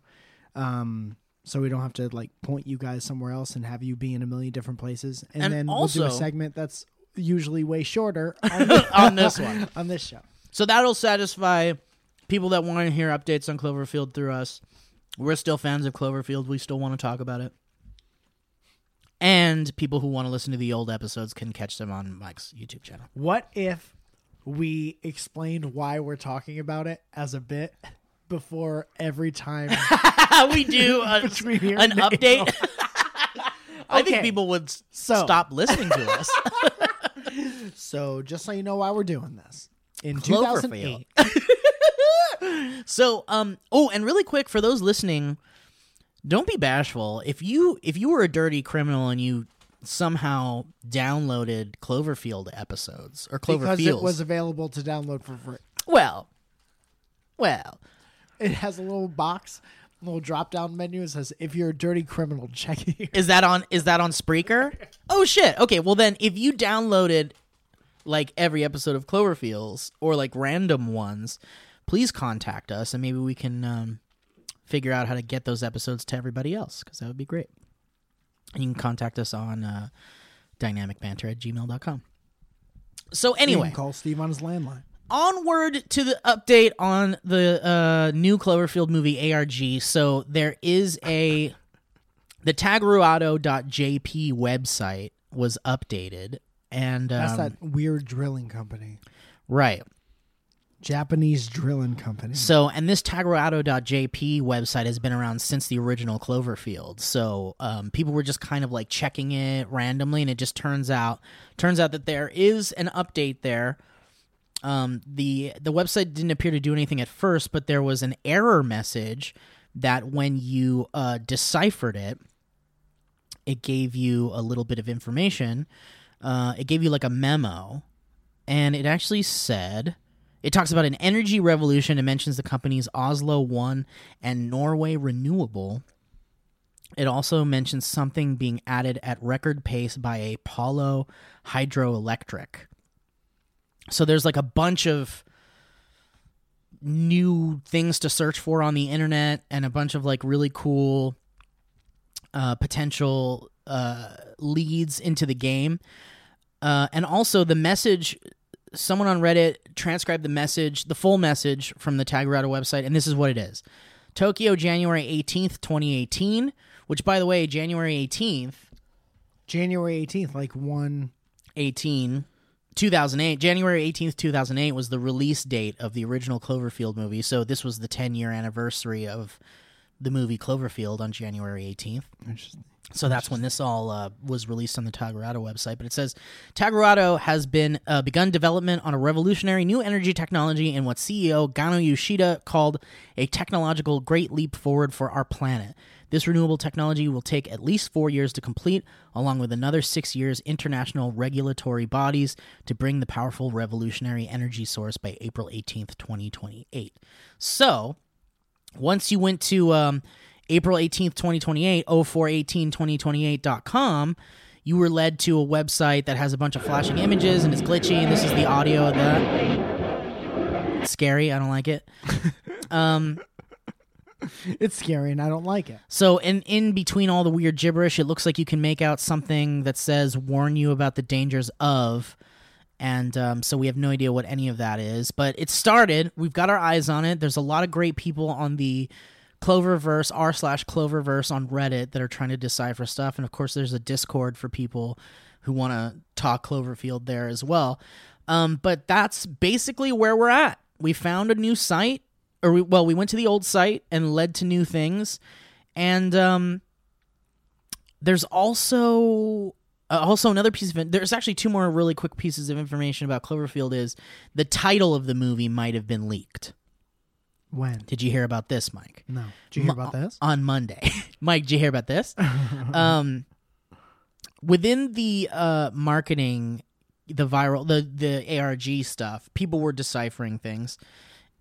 Speaker 2: Um, so we don't have to like point you guys somewhere else and have you be in a million different places, and,
Speaker 3: And
Speaker 2: then we'll do
Speaker 3: also-
Speaker 2: a segment that's usually way shorter on,
Speaker 3: on this one
Speaker 2: on this show.
Speaker 3: So that'll satisfy people that want to hear updates on Cloverfield through us. We're still fans of Cloverfield. We still want to talk about it. And people who want to listen to the old episodes can catch them on Mike's YouTube channel.
Speaker 2: What if we explained why we're talking about it as a bit before every time?
Speaker 3: Ah, we do a, an
Speaker 2: Between here and now.
Speaker 3: update. I think
Speaker 2: Okay.
Speaker 3: people would s-
Speaker 2: So-
Speaker 3: stop listening to us.
Speaker 2: so, just so you know why we're doing this. In
Speaker 3: Cloverfield.
Speaker 2: 2008,
Speaker 3: So, um, oh, and really quick for those listening, don't be bashful. If you if you were a dirty criminal and you somehow downloaded Cloverfield episodes or
Speaker 2: because it
Speaker 3: Cloverfield,
Speaker 2: was available to download for free,
Speaker 3: well, well,
Speaker 2: it has a little box, a little drop down menu that says, if you're a dirty criminal, check here.
Speaker 3: is that on is that on Spreaker? Oh shit. Okay, well then, if you downloaded like every episode of Cloverfields or like random ones, please contact us and maybe we can um, figure out how to get those episodes to everybody else because that would be great. And you can contact us on uh, dynamicbanter at gmail.com. So, anyway,
Speaker 2: Call Steve on his landline.
Speaker 3: onward to the update on the uh, new Cloverfield movie ARG. So, there is a. The tagruado.jp website was updated. And um,
Speaker 2: That's that weird drilling company,
Speaker 3: right.
Speaker 2: Japanese drilling company.
Speaker 3: So, and this tagroado.jp website has been around since the original Cloverfield. So, um, people were just kind of like checking it randomly, and it just turns out turns out that there is an update there. Um, the the website didn't appear to do anything at first, but there was an error message that when you uh, deciphered it, it gave you a little bit of information. Uh, it gave you like a memo, and it actually said it talks about an energy revolution and mentions the companies Oslo One and Norway Renewable. It also mentions something being added at record pace by a Apollo Hydroelectric. So there's like a bunch of new things to search for on the internet and a bunch of like really cool uh, potential uh, leads into the game. Uh, and also the message someone on Reddit transcribed the message, the full message from the Tagarada website, and this is what it is. Tokyo, January 18th, 2018, which by the way, January 18th,
Speaker 2: January 18th, like one.
Speaker 3: 18, 2008, January 18th, 2008 was the release date of the original Cloverfield movie. So this was the 10 year anniversary of the movie Cloverfield on January 18th.
Speaker 2: Interesting.
Speaker 3: So that's when this all uh, was released on the Tagarado website. But it says Tagarado has been uh, begun development on a revolutionary new energy technology in what CEO Gano Yoshida called a technological great leap forward for our planet. This renewable technology will take at least four years to complete, along with another six years international regulatory bodies to bring the powerful revolutionary energy source by April 18th, 2028. So once you went to um, April 18th, 2028, 04182028.com, you were led to a website that has a bunch of flashing images and it's glitchy. And this is the audio of that. Scary. I don't like it. Um,
Speaker 2: It's scary and I don't like it.
Speaker 3: So in in between all the weird gibberish, it looks like you can make out something that says "warn you about the dangers of," and um, so we have no idea what any of that is. But it started. We've got our eyes on it. There's a lot of great people on the Cloververse r slash Cloververse on Reddit that are trying to decipher stuff, and of course, there's a Discord for people who want to talk Cloverfield there as well. Um, but that's basically where we're at. We found a new site, or we, well, we went to the old site and led to new things and um, there's also uh, also another piece of there's actually two more really quick pieces of information about Cloverfield is the title of the movie might have been leaked.
Speaker 2: When?
Speaker 3: Did you hear about this, Mike?
Speaker 2: No. Did you hear about this?
Speaker 3: Uh, on Monday. Mike, did you hear about this? um, within the uh, marketing, the viral, the the ARG stuff, people were deciphering things,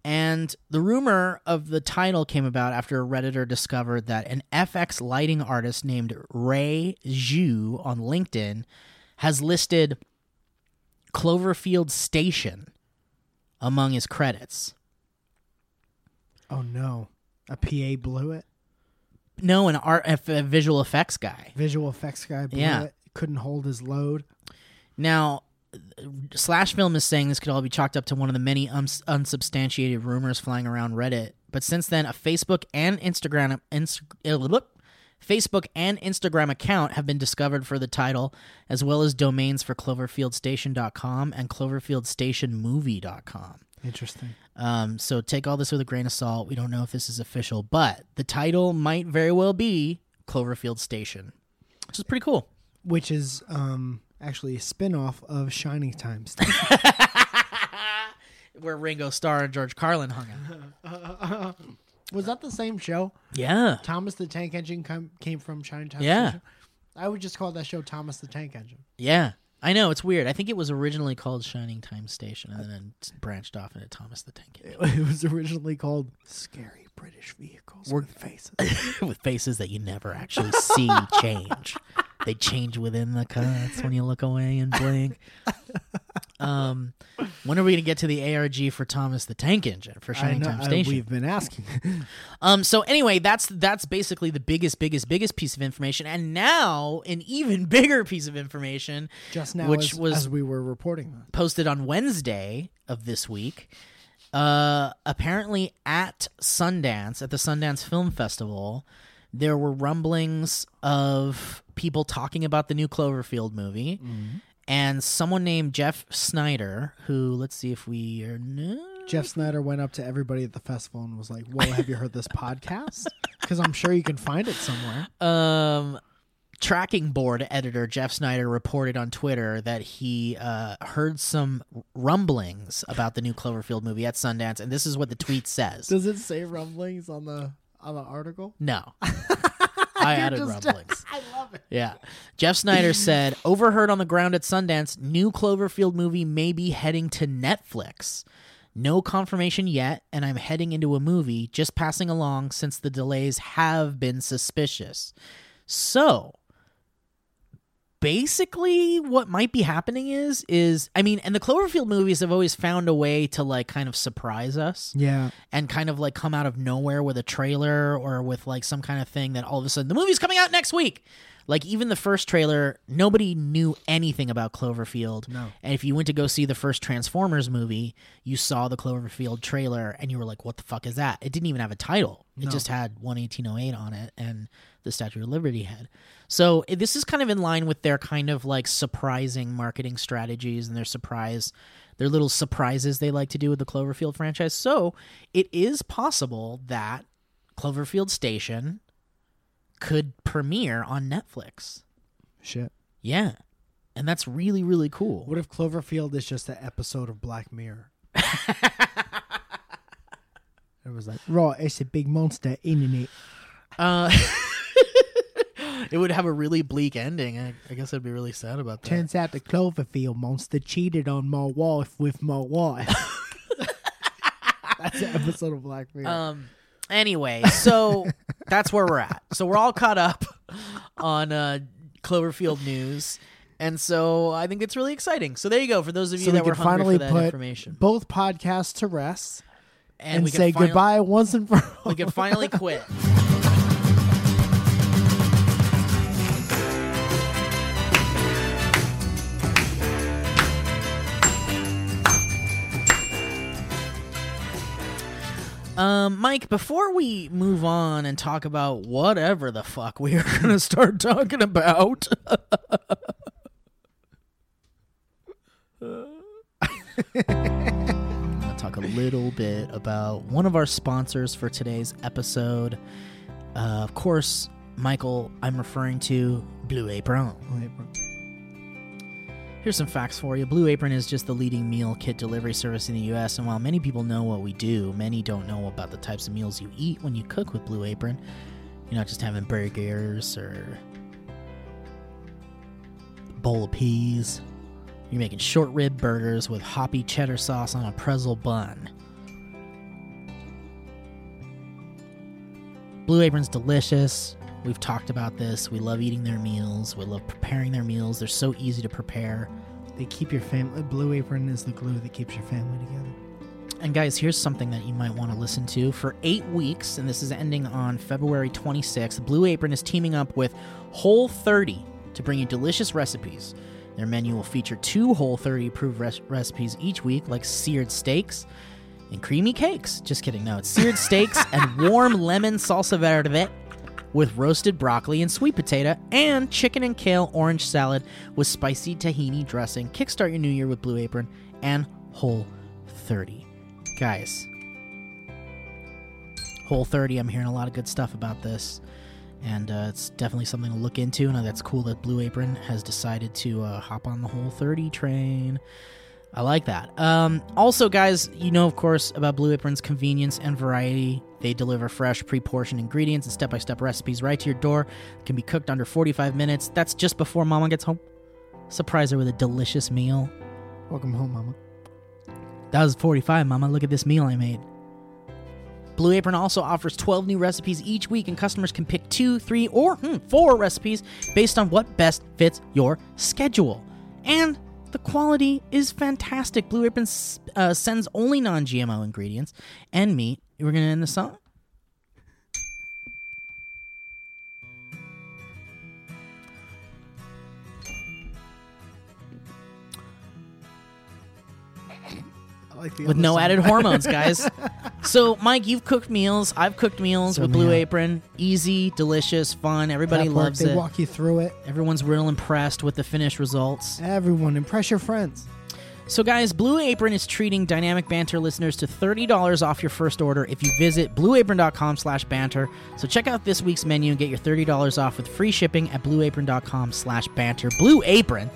Speaker 3: and the rumor of the title came about after a redditor discovered that an FX lighting artist named Ray Zhu on LinkedIn has listed Cloverfield Station among his credits.
Speaker 2: Oh no. A PA blew it.
Speaker 3: No, an art, a visual effects guy.
Speaker 2: Visual effects guy blew
Speaker 3: Yeah.
Speaker 2: it. Couldn't hold his load.
Speaker 3: Now, Slash Film is saying this could all be chalked up to one of the many uns- unsubstantiated rumors flying around Reddit. But since then, a Facebook and Instagram Inst- uh, look, Facebook and Instagram account have been discovered for the title, as well as domains for CloverfieldStation.com and CloverfieldStationMovie.com.
Speaker 2: Interesting.
Speaker 3: Um, so take all this with a grain of salt. We don't know if this is official, but the title might very well be Cloverfield Station, which is pretty cool.
Speaker 2: Which is um actually a spin off of Shining Times.
Speaker 3: Where Ringo Starr and George Carlin hung out.
Speaker 2: Was that the same show?
Speaker 3: Yeah.
Speaker 2: Thomas the Tank Engine come, came from Shining Times.
Speaker 3: Yeah.
Speaker 2: Station? I would just call that show Thomas the Tank Engine.
Speaker 3: Yeah. I know it's weird. I think it was originally called Shining Time Station and then it branched off into Thomas the Tank Engine
Speaker 2: It was originally called Scary British Vehicles with Faces.
Speaker 3: with faces that you never actually see change. They change within the cuts when you look away and blink. Um, when are we gonna get to the ARG for Thomas the Tank Engine for
Speaker 2: I
Speaker 3: Shining
Speaker 2: know,
Speaker 3: Time
Speaker 2: I-
Speaker 3: Station?
Speaker 2: we've been asking.
Speaker 3: Um. So anyway, that's that's basically the biggest, biggest, biggest piece of information. And now an even bigger piece of information
Speaker 2: Just now,
Speaker 3: Which
Speaker 2: as,
Speaker 3: was-
Speaker 2: as we were reporting that.
Speaker 3: posted on Wednesday of this week. Uh, apparently at Sundance at the Sundance Film Festival, there were rumblings of people talking about the new Cloverfield movie, and someone named Jeff Snyder, who let's see if we are no.
Speaker 2: Jeff Snyder went up to everybody at the festival and was like, "Well, have you heard this podcast? Because I'm sure you can find it somewhere."
Speaker 3: Um, tracking board editor Jeff Snyder reported on Twitter that he uh, heard some rumblings about the new Cloverfield movie at Sundance, and this is what the tweet says.
Speaker 2: Does it say rumblings on the on the article?
Speaker 3: No, I added
Speaker 2: just-
Speaker 3: rumblings.
Speaker 2: I love it.
Speaker 3: Yeah. Jeff Snyder said, overheard on the ground at Sundance, new Cloverfield movie may be heading to Netflix. No confirmation yet, and I'm heading into a movie, just passing along since the delays have been suspicious. So, basically what might be happening is is I mean, and the Cloverfield movies have always found a way to like kind of surprise us
Speaker 2: Yeah,
Speaker 3: and kind of like come out of nowhere with a trailer or with like some kind of thing that all of a sudden the movie's coming out next week. Like even the first trailer, nobody knew anything about Cloverfield.
Speaker 2: No.
Speaker 3: And if you went to go see the first Transformers movie, you saw the Cloverfield trailer and you were like, "What the fuck is that?" It didn't even have a title. It
Speaker 2: No.
Speaker 3: just had 11808 on it and the Statue of Liberty head. So i- this is kind of in line with their kind of like surprising marketing strategies and their surprise, their little surprises they like to do with the Cloverfield franchise. So it is possible that Cloverfield Station could premiere on Netflix.
Speaker 2: shit.
Speaker 3: Yeah. And that's really, really cool.
Speaker 2: What if Cloverfield is just an episode of Black Mirror? it was like, "Raw, it's a big monster in it."
Speaker 3: Uh, it would have a really bleak ending. I, I guess I'd be really sad about that.
Speaker 2: Turns out the Cloverfield monster cheated on my wife with my wife. That's an episode of Black Mirror.
Speaker 3: Um. Anyway, so that's where we're at. So we're all caught up on uh, Cloverfield news, and so I think it's really exciting. So there you go. For those of you
Speaker 2: so we
Speaker 3: that
Speaker 2: can
Speaker 3: were hungry
Speaker 2: finally
Speaker 3: for that
Speaker 2: put
Speaker 3: information,
Speaker 2: both podcasts to rest
Speaker 3: and,
Speaker 2: and,
Speaker 3: we
Speaker 2: say
Speaker 3: can finally,
Speaker 2: goodbye once and for all.
Speaker 3: We can finally quit. Um, Mike, before we move on and talk about whatever the fuck we are going to start talking about, I'll talk a little bit about one of our sponsors for today's episode. Uh, of course, Michael, I'm referring to Blue Apron. Here's some facts for you. Blue Apron is just the leading meal kit delivery service in the US, and while many people know what we do, many don't know about the types of meals you eat when you cook with Blue Apron. You're not just having burgers or bowl of peas. You're making short rib burgers with hoppy cheddar sauce on a pretzel bun. Blue Apron's delicious. We've talked about this. We love eating their meals. We love preparing their meals. They're so easy to prepare.
Speaker 2: They keep your family. Blue Apron is the glue that keeps your family together.
Speaker 3: And guys, here's something that you might want to listen to. For eight weeks, and this is ending on February 26th, Blue Apron is teaming up with Whole 30 to bring you delicious recipes. Their menu will feature two Whole 30 approved res- recipes each week, like seared steaks and creamy cakes. Just kidding, no, it's seared steaks and warm lemon salsa verde with roasted broccoli and sweet potato, and chicken and kale orange salad with spicy tahini dressing. Kickstart your new year with Blue Apron and Whole 30. Guys, Whole 30, I'm hearing a lot of good stuff about this, and uh, it's definitely something to look into. And that's cool that Blue Apron has decided to uh, hop on the Whole 30 train. I like that. Um, also, guys, you know, of course, about Blue Apron's convenience and variety. They deliver fresh, pre portioned ingredients and step by step recipes right to your door. Can be cooked under 45 minutes. That's just before mama gets home. Surprise her with a delicious meal.
Speaker 2: Welcome home, Mama.
Speaker 3: That was 45, Mama. Look at this meal I made. Blue Apron also offers 12 new recipes each week, and customers can pick two, three, or hmm, four recipes based on what best fits your schedule. And the quality is fantastic. Blue Apron s- uh, sends only non GMO ingredients and meat. We're going to end this on.
Speaker 2: I like the
Speaker 3: with
Speaker 2: other
Speaker 3: no
Speaker 2: song.
Speaker 3: added hormones, guys. so, Mike, you've cooked meals. I've cooked meals
Speaker 2: So
Speaker 3: with Blue
Speaker 2: many.
Speaker 3: Apron. Easy, delicious, fun.
Speaker 2: Prep
Speaker 3: Everybody
Speaker 2: work,
Speaker 3: loves
Speaker 2: they
Speaker 3: it.
Speaker 2: walk you through it.
Speaker 3: Everyone's real impressed with the finished results.
Speaker 2: Everyone, impress your friends.
Speaker 3: So, guys, Blue Apron is treating Dynamic Banter listeners to $30 off your first order if you visit blueapron.com slash banter. So check out this week's menu and get your $30 off with free shipping at blueapron.com slash banter. Blue Apron.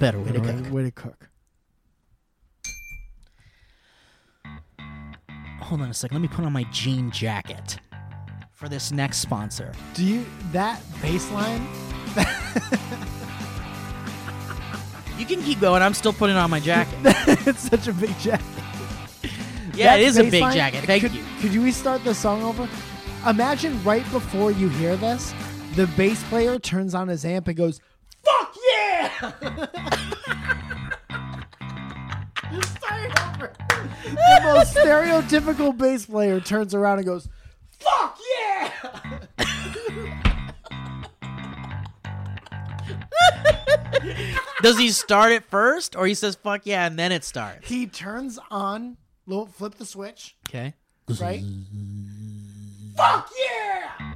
Speaker 3: Better way to
Speaker 2: Way-
Speaker 3: cook.
Speaker 2: Way to cook.
Speaker 3: Hold on a second. Let me put on my jean jacket for this next sponsor.
Speaker 2: Do you that baseline?
Speaker 3: You can keep going. I'm still putting on my jacket.
Speaker 2: it's such a big jacket.
Speaker 3: yeah, it
Speaker 2: That
Speaker 3: is a big
Speaker 2: baseline-
Speaker 3: jacket. Thank
Speaker 2: could,
Speaker 3: you.
Speaker 2: Could we start the song over? Imagine right before you hear this, the bass player turns on his amp and goes, "Fuck yeah!" Just start over. The most stereotypical bass player turns around and goes, "Fuck yeah!"
Speaker 3: Does he start it first, or he says "fuck yeah" and then it starts?
Speaker 2: He turns on, little flip the switch,
Speaker 3: Okay.
Speaker 2: right? Fuck yeah!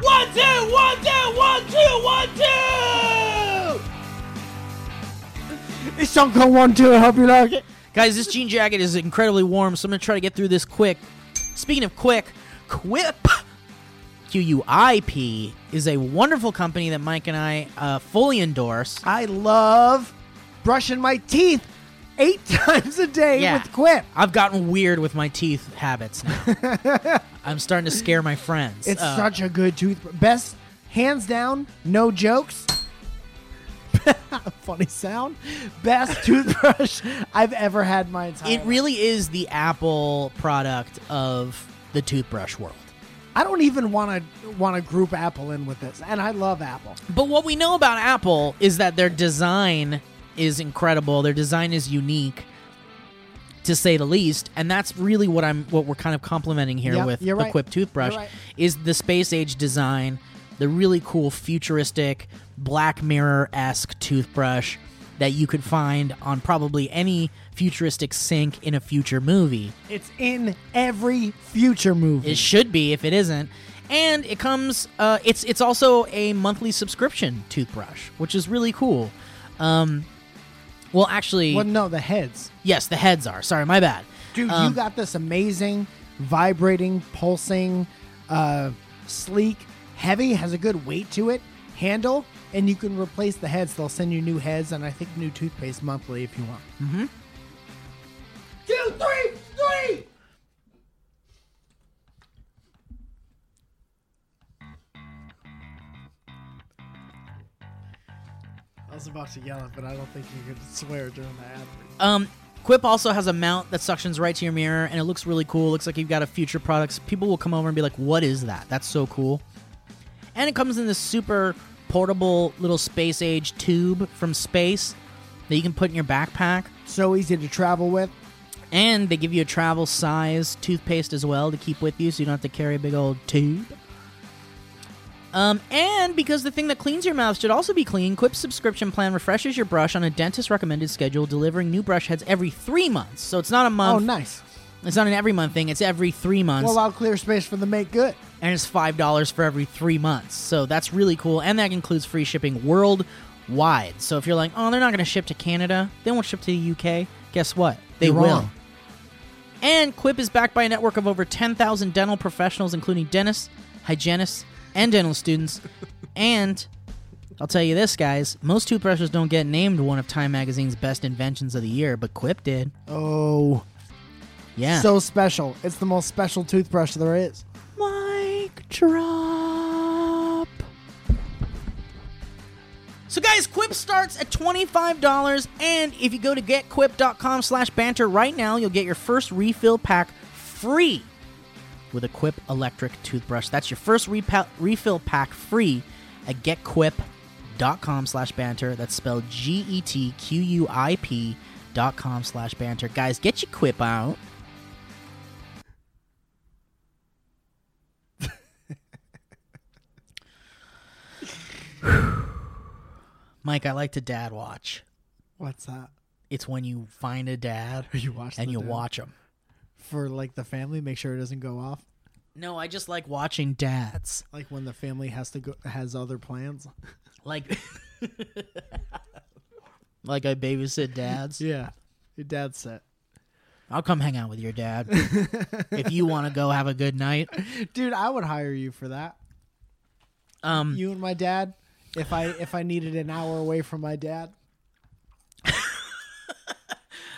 Speaker 3: One two, one two, one two, one two.
Speaker 2: It's Sean Cole one two. I hope you like it.
Speaker 3: Guys, this jean jacket is incredibly warm, so I'm gonna try to get through this quick. Speaking of quick, Quip, Q U I P, is a wonderful company that Mike and I uh, fully endorse.
Speaker 2: I love brushing my teeth eight times a day
Speaker 3: Yeah.
Speaker 2: with Quip.
Speaker 3: I've gotten weird with my teeth habits now. I'm starting to scare my friends.
Speaker 2: It's
Speaker 3: Uh,
Speaker 2: such a good toothbrush. Best, hands down, no jokes. Funny sound. Best toothbrush I've ever had in my entire.
Speaker 3: it really is the Apple product of the toothbrush world.
Speaker 2: I don't even want to want to group Apple in with this, and I love Apple.
Speaker 3: But what we know about Apple is that their design is incredible. Their design is unique, to say the least, and that's really what I'm what we're kind of complimenting here
Speaker 2: Yep,
Speaker 3: with the
Speaker 2: you're right.
Speaker 3: Quip toothbrush
Speaker 2: You're right.
Speaker 3: is the space age design, the really cool futuristic Black Mirror esque toothbrush that you could find on probably any futuristic sink in a future movie.
Speaker 2: It's in every future movie.
Speaker 3: It should be if it isn't. And it comes. Uh, it's it's also a monthly subscription toothbrush, which is really cool. Um, well, actually,
Speaker 2: well, no, the heads.
Speaker 3: yes, the heads are. Sorry, my bad.
Speaker 2: Dude,
Speaker 3: Um,
Speaker 2: you got this amazing, vibrating, pulsing, uh, sleek, heavy, has a good weight to it, handle, and you can replace the heads. They'll send you new heads and I think new toothpaste monthly if you want. Mm-hmm. Two, three, three! I was about to yell it, but I don't think you could swear during the ad.
Speaker 3: Um, Quip also has a mount that suctions right to your mirror, and it looks really cool. Looks like you've got a future products. People will come over and be like, "What is that? That's so cool!" And it comes in this super portable little space age tube from space that you can put in your backpack.
Speaker 2: So easy to travel with.
Speaker 3: And they give you a travel size toothpaste as well to keep with you so you don't have to carry a big old tube. Um, and because the thing that cleans your mouth should also be clean, Quip's subscription plan refreshes your brush on a dentist recommended schedule, delivering new brush heads every three months. So it's not a
Speaker 2: Oh,
Speaker 3: month.
Speaker 2: nice.
Speaker 3: It's not an every month thing. It's every three months.
Speaker 2: Well, I'll clear space for the make good.
Speaker 3: and it's $5 for every three months. So that's really cool. And that includes free shipping worldwide. So if you're like, oh, they're not going to ship to Canada, they won't ship to the UK, guess what? They
Speaker 2: You're
Speaker 3: will.
Speaker 2: wrong.
Speaker 3: And Quip is backed by a network of over 10,000 dental professionals, including dentists, hygienists, and dental students. and I'll tell you this, guys most toothbrushes don't get named one of Time Magazine's best inventions of the year, but Quip did.
Speaker 2: Oh,
Speaker 3: Yeah.
Speaker 2: so special. It's the most special toothbrush there is.
Speaker 3: Mic drop. So guys, Quip starts at $25, and if you go to getquip.com slash banter right now, you'll get your first refill pack free with a Quip electric toothbrush. That's your first repa- refill pack free at getquip.com slash banter. That's spelled E G-E-T-Q-U-I-P dot com slash banter. Guys, get your Quip out. Mike, I like to dad watch.
Speaker 2: What's that?
Speaker 3: It's when you find a dad
Speaker 2: You watch
Speaker 3: and
Speaker 2: the
Speaker 3: you
Speaker 2: dad?
Speaker 3: watch him.
Speaker 2: for like the family. Make sure it doesn't go off.
Speaker 3: No, I just like watching dads.
Speaker 2: Like when the family has to go has other plans.
Speaker 3: Like like I babysit dads.
Speaker 2: Yeah, your dad said,
Speaker 3: I'll come hang out with your dad. if you want to go have a good night.
Speaker 2: "Dude, I would hire you for that.
Speaker 3: Um
Speaker 2: You and my dad. If I if I needed an hour away from my dad,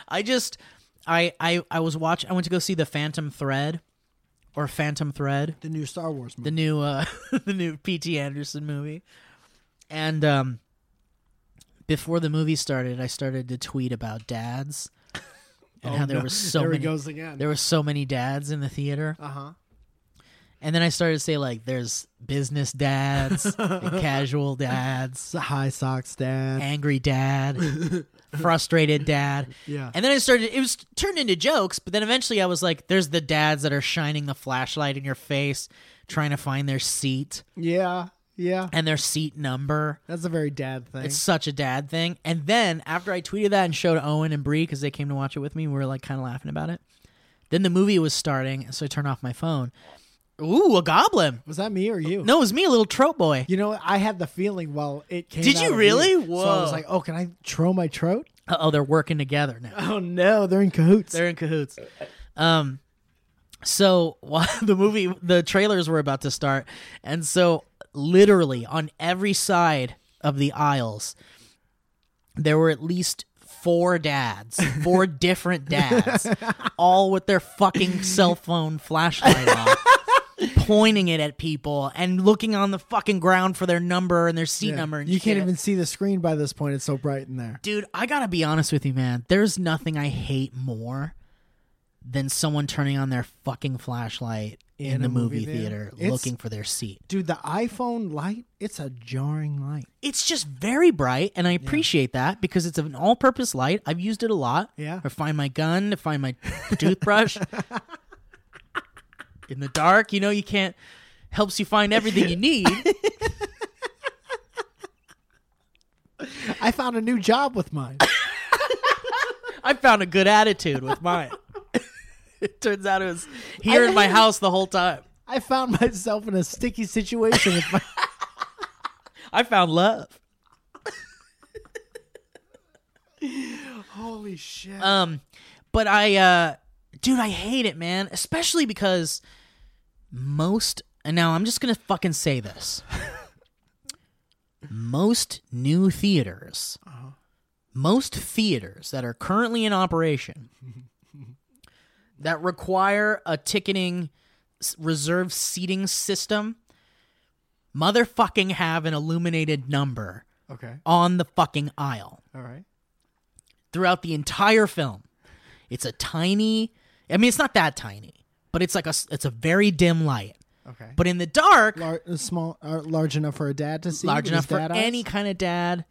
Speaker 3: I just I I I was watch I went to go see The Phantom Thread or Phantom Thread.
Speaker 2: the new Star Wars
Speaker 3: the
Speaker 2: movie.
Speaker 3: new uh the new P.T. Anderson movie. And um before the movie started, I started to tweet about dads and how there were so
Speaker 2: Oh, there he
Speaker 3: many
Speaker 2: goes again.
Speaker 3: there were so many dads in the theater.
Speaker 2: uh huh.
Speaker 3: And then I started to say like there's business dads, and casual dads,
Speaker 2: It's a high socks dad.
Speaker 3: angry dad, frustrated dad.
Speaker 2: Yeah.
Speaker 3: And then I started it was turned into jokes, but then eventually I was like there's the dads that are shining the flashlight in your face trying to find their seat
Speaker 2: yeah, yeah.
Speaker 3: and their seat number.
Speaker 2: That's a very dad thing.
Speaker 3: It's such a dad thing. And then after I tweeted that and showed Owen and Bree because they came to watch it with me, we were like kind of laughing about it. Then the movie was starting, so I turned off my phone. Ooh, a goblin!
Speaker 2: was that me or you?
Speaker 3: No, it was me, a little trope boy.
Speaker 2: You know, I had the feeling while it came.
Speaker 3: Did
Speaker 2: out
Speaker 3: you
Speaker 2: of
Speaker 3: really?
Speaker 2: you. So I
Speaker 3: Whoa.
Speaker 2: was like, oh, can I throw my troat?
Speaker 3: Uh oh, they're working together now.
Speaker 2: Oh no, they're in cahoots.
Speaker 3: They're in cahoots. Um, so while the movie, the trailers were about to start, and so literally on every side of the aisles, there were at least four dads, four different dads, all with their fucking cell phone flashlight on. Pointing it at people and looking on the fucking ground for their number and their seat
Speaker 2: Yeah.
Speaker 3: number. And
Speaker 2: you can't
Speaker 3: shit.
Speaker 2: even see the screen by this point. It's so bright in there.
Speaker 3: Dude, I gotta be honest with you, man. There's nothing I hate more than someone turning on their fucking flashlight in,
Speaker 2: In
Speaker 3: the
Speaker 2: a movie
Speaker 3: movie,
Speaker 2: theater.
Speaker 3: theater,
Speaker 2: It's-
Speaker 3: looking for their seat.
Speaker 2: Dude, the iPhone light, it's a jarring light.
Speaker 3: It's just very bright, and I appreciate that because it's an all purpose light. I've used it a lot.
Speaker 2: Yeah.
Speaker 3: To find my gun, to find my toothbrush. in the dark, you know, you can't, helps you find everything you need.
Speaker 2: I found a new job with mine.
Speaker 3: I found a good attitude with mine. it turns out it was here in my house the whole time.
Speaker 2: I found myself in a sticky situation with my
Speaker 3: I found love.
Speaker 2: Holy shit.
Speaker 3: Um, but I, uh, dude, I hate it, man. Especially because most, and now I'm just gonna fucking say this. most new theaters, most theaters that are currently in operation that require a ticketing s- reserve seating system, motherfucking have an illuminated number
Speaker 2: okay.
Speaker 3: on the fucking aisle
Speaker 2: All right.
Speaker 3: throughout the entire film. It's a tiny. I mean, it's not that tiny, but it's like a. s- It's a very dim light.
Speaker 2: Okay.
Speaker 3: But in the dark,
Speaker 2: Lar- uh, small, uh, large enough for a dad to see.
Speaker 3: large
Speaker 2: with
Speaker 3: enough
Speaker 2: his
Speaker 3: for
Speaker 2: dad eyes?
Speaker 3: any kind of dad,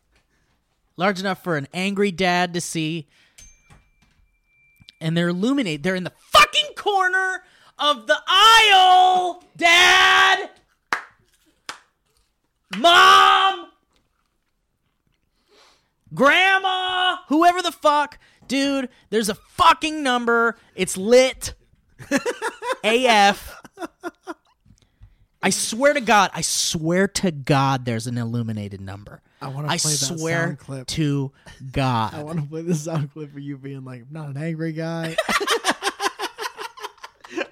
Speaker 3: large enough for an angry dad to see. And they're illuminate. They're in the fucking corner of the aisle, dad, mom, grandma, whoever the fuck, dude. There's a fucking number. It's lit. AF. I swear to God, I swear to God, there's an illuminated number.
Speaker 2: I wanna
Speaker 3: I
Speaker 2: play that
Speaker 3: swear
Speaker 2: sound clip.
Speaker 3: to
Speaker 2: I
Speaker 3: God.
Speaker 2: want to play the sound clip for you being like, I'm not an angry guy.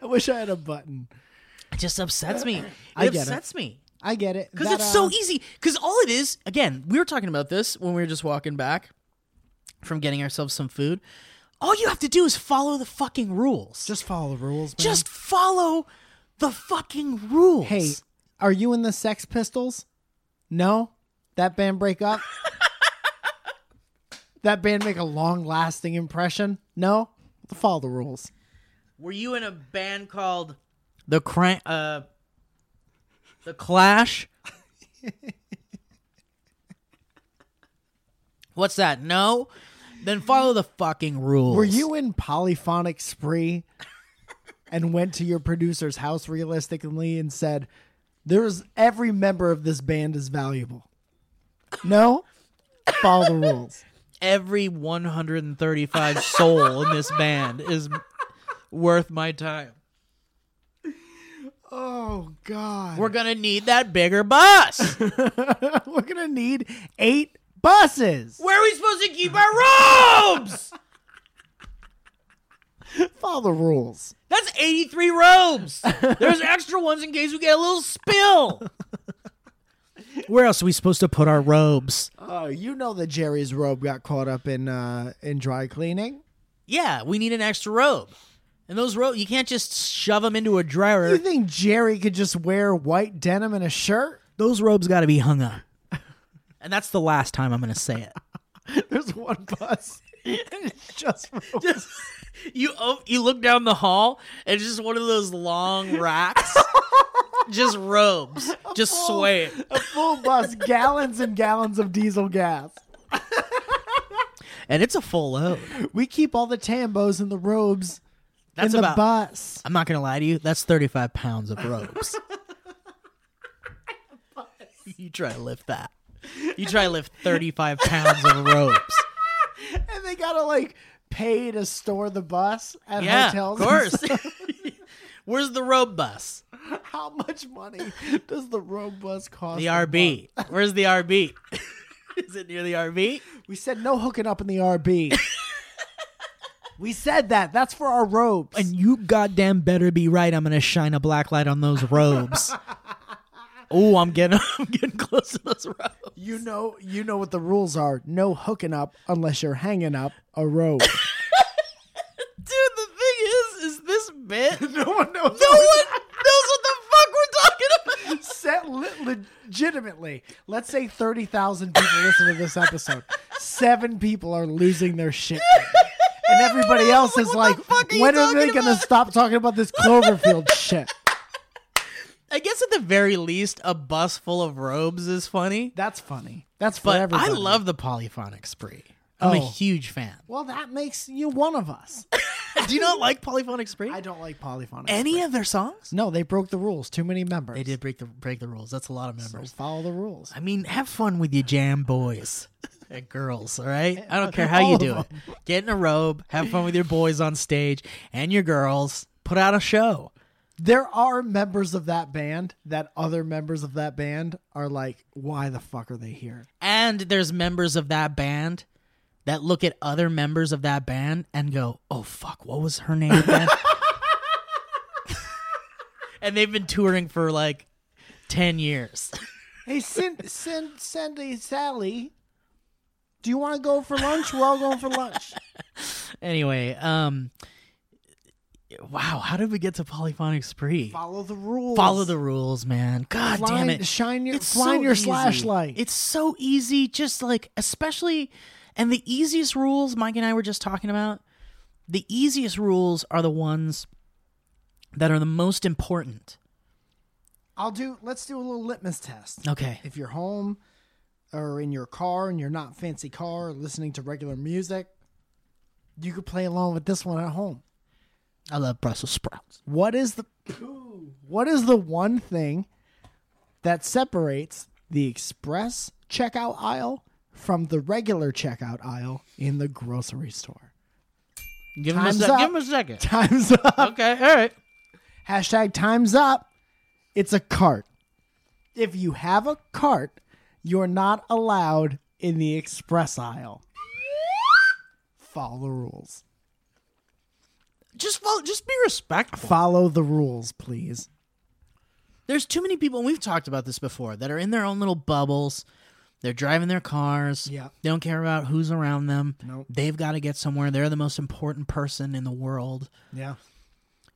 Speaker 2: I wish I had a button.
Speaker 3: It just upsets me. It
Speaker 2: I get it.
Speaker 3: upsets me.
Speaker 2: I get it.
Speaker 3: Because
Speaker 2: That,
Speaker 3: it's so e-
Speaker 2: uh,
Speaker 3: easy. Because all it is, again, we were talking about this when we were just walking back from getting ourselves some food. All you have to do is follow the fucking rules.
Speaker 2: Just follow the rules, man.
Speaker 3: Just follow the fucking rules.
Speaker 2: Hey, are you in the Sex Pistols? No? That band break up? that band make a long lasting impression? No? Follow the rules.
Speaker 3: were you in a band called the Cran- uh the clash what's that no then follow the fucking rules
Speaker 2: Were you in Polyphonic Spree and went to your producer's house realistically and said, There's every member of this band is valuable? No? Follow the rules.
Speaker 3: every 135 soul in this band is worth my time
Speaker 2: Oh, God.
Speaker 3: we're gonna need that bigger bus
Speaker 2: We're going to need eight buses.
Speaker 3: where are we supposed to keep our robes
Speaker 2: Follow the rules.
Speaker 3: that's 83 robes there's extra ones in case we get a little spill where else are we supposed to put our robes
Speaker 2: Oh, you know that Jerry's robe got caught up in uh in dry cleaning.
Speaker 3: Yeah, we need an extra robe. And those robes, you can't just shove them into a dryer.
Speaker 2: You think Jerry could just wear white denim and a shirt?
Speaker 3: Those robes got to be hung up. And that's the last time I'm going to say it.
Speaker 2: There's one bus. It's just robes.
Speaker 3: you op- you look down the hall, and it's just one of those long racks. just robes, just swaying.
Speaker 2: a full bus, gallons and gallons of diesel gas.
Speaker 3: And it's a full load.
Speaker 2: We keep all the tambos and the robes
Speaker 3: That's
Speaker 2: in the
Speaker 3: about
Speaker 2: bus.
Speaker 3: I'm not gonna lie to you. That's 35 pounds of robes. you try to lift that. You try to lift 35 pounds of robes.
Speaker 2: And they gotta like pay to store the bus at
Speaker 3: Yeah, of
Speaker 2: hotels. and
Speaker 3: course.
Speaker 2: stuff.
Speaker 3: Where's the robe bus?
Speaker 2: How much money does the robe bus cost?
Speaker 3: The
Speaker 2: a
Speaker 3: RB. Where's the RB? Is it near the RB?
Speaker 2: We said no hooking up in the RB. we said that. That's for our robes.
Speaker 3: you goddamn better be right. I'm gonna shine a black light on those robes. oh, I'm getting I'm getting close to those robes.
Speaker 2: you know, you know what the rules are. No hooking up unless you're hanging up a robe.
Speaker 3: Dude, the thing is, is this bit no one
Speaker 2: no one knows.
Speaker 3: knows what the fuck we're talking about.
Speaker 2: Set le- legitimately, let's say thirty thousand people listen to this episode. Seven people are losing their shit, and everybody else is like,
Speaker 3: fuck are you
Speaker 2: when are
Speaker 3: talking
Speaker 2: they going to
Speaker 3: about?"
Speaker 2: stop talking about this Cloverfield shit?
Speaker 3: I guess at the very least, a bus full of robes is funny.
Speaker 2: That's funny. That's for
Speaker 3: But I
Speaker 2: everybody.
Speaker 3: love the polyphonic spree. I'm a
Speaker 2: Oh.
Speaker 3: huge fan.
Speaker 2: Well, that makes you one of us.
Speaker 3: Do you not like polyphonic spree?
Speaker 2: I don't like polyphonic.
Speaker 3: Any of their songs?
Speaker 2: No, they broke the rules. Too many members.
Speaker 3: They did break the break the rules. That's a lot of
Speaker 2: So
Speaker 3: members.
Speaker 2: follow the rules.
Speaker 3: I mean, have fun with your jam boys and girls, all right? I don't care how you
Speaker 2: All
Speaker 3: do
Speaker 2: of
Speaker 3: it. Get in a robe, have fun with your boys on stage and your girls. Put out a show.
Speaker 2: There are members of that band that other members of that band are like, why the fuck are they here?
Speaker 3: And there's members of that band that look at other members of that band and go, oh, fuck, what was her name again? and they've been touring for like 10 years.
Speaker 2: Hey, send send send a Sally. Do you want to go for lunch? We're all going for lunch.
Speaker 3: anyway, um, wow, how did we get to Polyphonic Spree?
Speaker 2: Follow the rules.
Speaker 3: Follow the rules, man. God
Speaker 2: Fly-
Speaker 3: damn it.
Speaker 2: Shine your
Speaker 3: It's
Speaker 2: shine
Speaker 3: so
Speaker 2: your
Speaker 3: easy.
Speaker 2: flashlight.
Speaker 3: It's so easy, just like especially and the easiest rules Mike and I were just talking about, the easiest rules are the ones that are the most important.
Speaker 2: I'll do. Let's do a little litmus test.
Speaker 3: Okay.
Speaker 2: If you're home, or in your car, and you're not fancy car, or listening to regular music, you could play along with this one at home.
Speaker 3: I love Brussels sprouts.
Speaker 2: What is the what is the one thing that separates the express checkout aisle from the regular checkout aisle in the grocery store?
Speaker 3: Give him, a
Speaker 2: Time's
Speaker 3: sec-
Speaker 2: up.
Speaker 3: give him a second.
Speaker 2: Time's up.
Speaker 3: Okay, all right.
Speaker 2: Hashtag time's up. It's a cart. If you have a cart, you're not allowed in the express aisle. Follow the rules.
Speaker 3: Just follow, just be respectful.
Speaker 2: Follow the rules, please.
Speaker 3: There's too many people, and we've talked about this before, that are in their own little bubbles. They're driving their cars.
Speaker 2: Yeah.
Speaker 3: They don't care about who's around them.
Speaker 2: Nope.
Speaker 3: They've got to get somewhere. They're the most important person in the world.
Speaker 2: Yeah.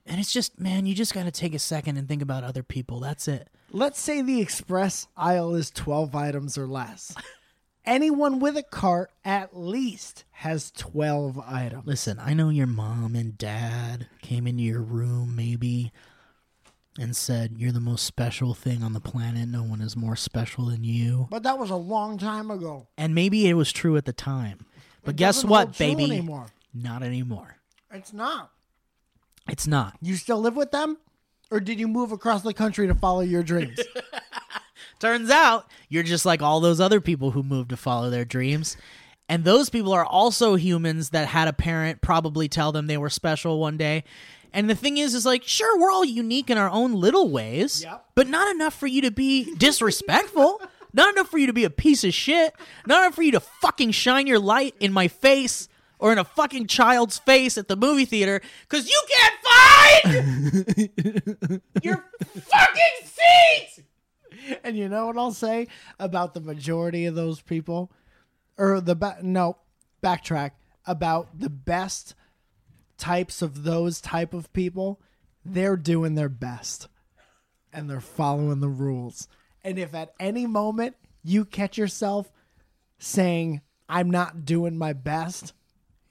Speaker 3: And it's just, man, you just got to take a second and think about other people. That's it.
Speaker 2: Let's say the express aisle is 12 items or less. Anyone with a cart at least has 12 items.
Speaker 3: Listen, I know your mom and dad came into your room maybe and said, You're the most special thing on the planet. No one is more special than you.
Speaker 2: But that was a long time ago.
Speaker 3: And maybe it was true at the time. But
Speaker 2: It
Speaker 3: guess
Speaker 2: doesn't hold
Speaker 3: what,
Speaker 2: true
Speaker 3: baby?
Speaker 2: Anymore.
Speaker 3: Not anymore.
Speaker 2: It's not.
Speaker 3: It's not.
Speaker 2: You still live with them? Or did you move across the country to follow your dreams?
Speaker 3: Turns out you're just like all those other people who moved to follow their dreams. And those people are also humans that had a parent probably tell them they were special one day. And the thing is, is like, sure, we're all unique in our own little ways,
Speaker 2: Yep.
Speaker 3: but not enough for you to be disrespectful. not enough for you to be a piece of shit. Not enough for you to fucking shine your light in my face or in a fucking child's face at the movie theater because you can't find your fucking seat.
Speaker 2: and you know what I'll say about the majority of those people? Or the ba- no, backtrack about the best types of those type of people. They're doing their best and they're following the rules. And if at any moment you catch yourself saying, I'm not doing my best,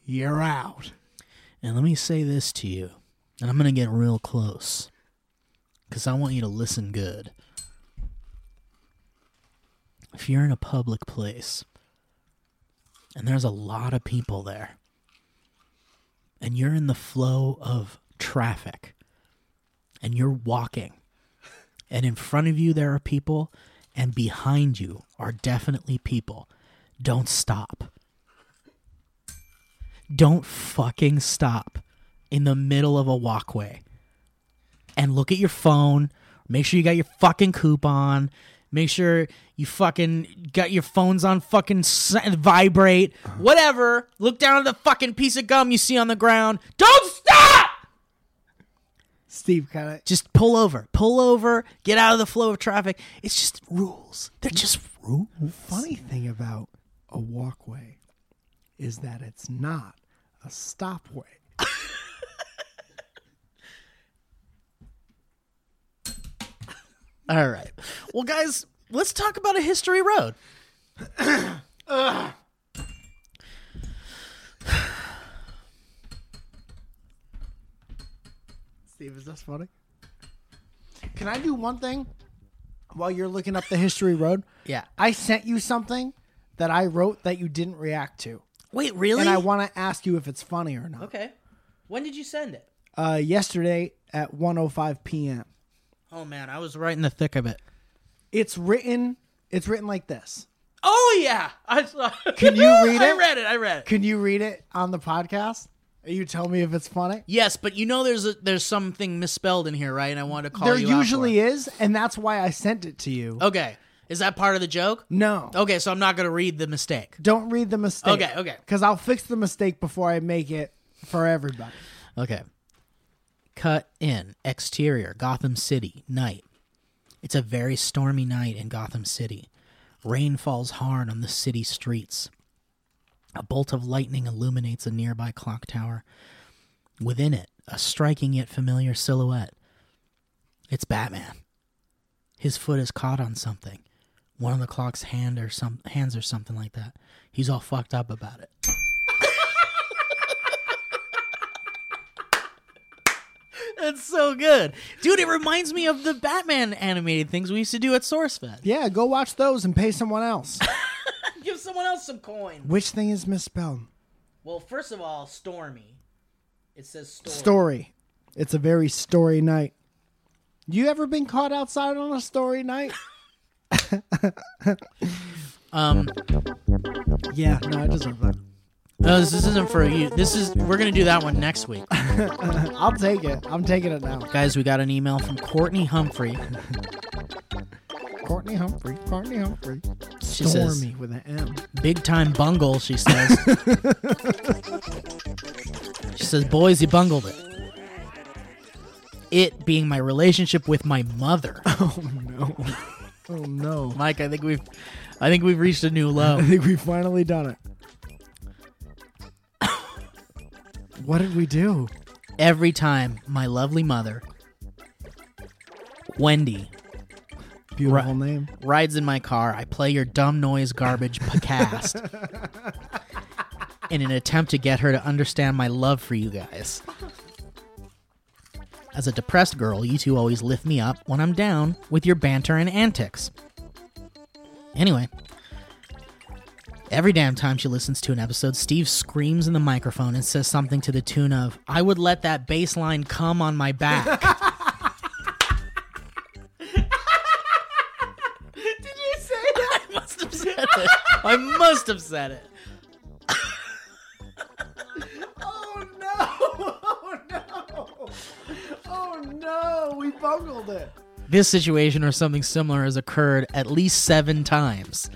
Speaker 2: you're out.
Speaker 3: And let me say this to you, and I'm going to get real close because I want you to listen good. If you're in a public place and there's a lot of people there, and you're in the flow of traffic, and you're walking, and in front of you there are people, and behind you are definitely people, don't stop don't fucking stop in the middle of a walkway and look at your phone. Make sure you got your fucking coupon. Make sure you fucking got your phones on fucking s- vibrate. Whatever. Look down at the fucking piece of gum you see on the ground. Don't stop!
Speaker 2: Steve kind of
Speaker 3: Just pull over. Pull over. Get out of the flow of traffic. It's just rules. They're just rules.
Speaker 2: funny thing about a walkway is that it's not a stopway.
Speaker 3: All right. Well, guys, let's talk about a history road.
Speaker 2: Steve, is this funny? Can I do one thing while you're looking up the history road?
Speaker 3: Yeah.
Speaker 2: I sent you something that I wrote that you didn't react to,
Speaker 3: Wait, really?
Speaker 2: and I want to ask you if it's funny or not.
Speaker 3: okay. When did you send it?
Speaker 2: Uh, yesterday at 1:05 p.m.
Speaker 3: Oh man, I was right in the thick of it.
Speaker 2: It's written. It's written like this.
Speaker 3: Oh yeah, I saw.
Speaker 2: Can you read
Speaker 3: I
Speaker 2: it?
Speaker 3: read it. I read it.
Speaker 2: Can you read it on the podcast? You tell me if it's funny.
Speaker 3: Yes, but you know there's a, there's something misspelled in here, right? And I wanted to call
Speaker 2: there
Speaker 3: you out for
Speaker 2: usually
Speaker 3: it. Oh.
Speaker 2: is, and that's why I sent it to you.
Speaker 3: Okay, is that part of the joke?
Speaker 2: No,
Speaker 3: Okay, so I'm not gonna read the mistake.
Speaker 2: don't read the mistake.
Speaker 3: Oh. Okay, okay.
Speaker 2: Because I'll fix the mistake before I make it for everybody.
Speaker 3: Okay. Cut in. Exterior. Gotham City. Night. It's a very stormy night in Gotham City. Rain falls hard on the city streets. A bolt of lightning illuminates a nearby clock tower. Within it, a striking yet familiar silhouette. It's Batman. His foot is caught on something. One of the clock's hand or some hands or something like that. He's all fucked up about it. That's so good. Dude, it reminds me of the Batman animated things we used to do at SourceFed.
Speaker 2: Yeah, go watch those and pay someone else.
Speaker 3: Give someone else some coin.
Speaker 2: Which thing is misspelled?
Speaker 3: Well, first of all, Stormy. It says Stormy.
Speaker 2: Story. It's a very story night. You ever been caught outside on a story night?
Speaker 3: um,
Speaker 2: yeah, no, I deserve that.
Speaker 3: no, Oh, this, this isn't for you. This is, we're going to do that one next week.
Speaker 2: I'll take it. I'm taking it now.
Speaker 3: Guys, we got an email from Courtney Humphrey.
Speaker 2: Courtney Humphrey. Courtney Humphrey.
Speaker 3: She
Speaker 2: Stormy
Speaker 3: says,
Speaker 2: with an M.
Speaker 3: big time bungle, she says. she says, boys, you bungled it. It being my relationship with my mother.
Speaker 2: Oh no. Oh no.
Speaker 3: Mike, I think we've, I think we've reached a new low.
Speaker 2: I think we've finally done it. what did we do?
Speaker 3: Every time my lovely mother, Wendy,
Speaker 2: Beautiful
Speaker 3: Right.
Speaker 2: name.
Speaker 3: rides in my car, I play your dumb noise garbage podcast in an attempt to get her to understand my love for you guys. As a depressed girl, you two always lift me up when I'm down with your banter and antics. Anyway, every damn time she listens to an episode, Steve screams in the microphone and says something to the tune of, I would let that bass line come on my back. Did you say that? I must have said it. I must have said it.
Speaker 2: Oh no! Oh no! Oh no! We bungled it.
Speaker 3: This situation or something similar has occurred at least seven times.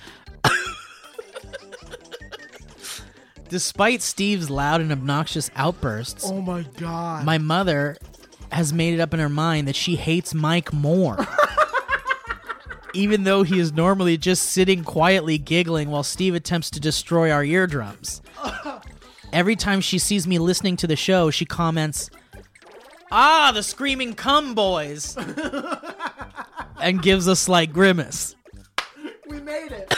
Speaker 3: Despite Steve's loud and obnoxious outbursts,
Speaker 2: Oh my god.
Speaker 3: my mother has made it up in her mind that she hates Mike more. Even though he is normally just sitting quietly giggling while Steve attempts to destroy our eardrums. Every time she sees me listening to the show, she comments, Ah, the screaming cum boys! and gives a slight grimace.
Speaker 2: we made it.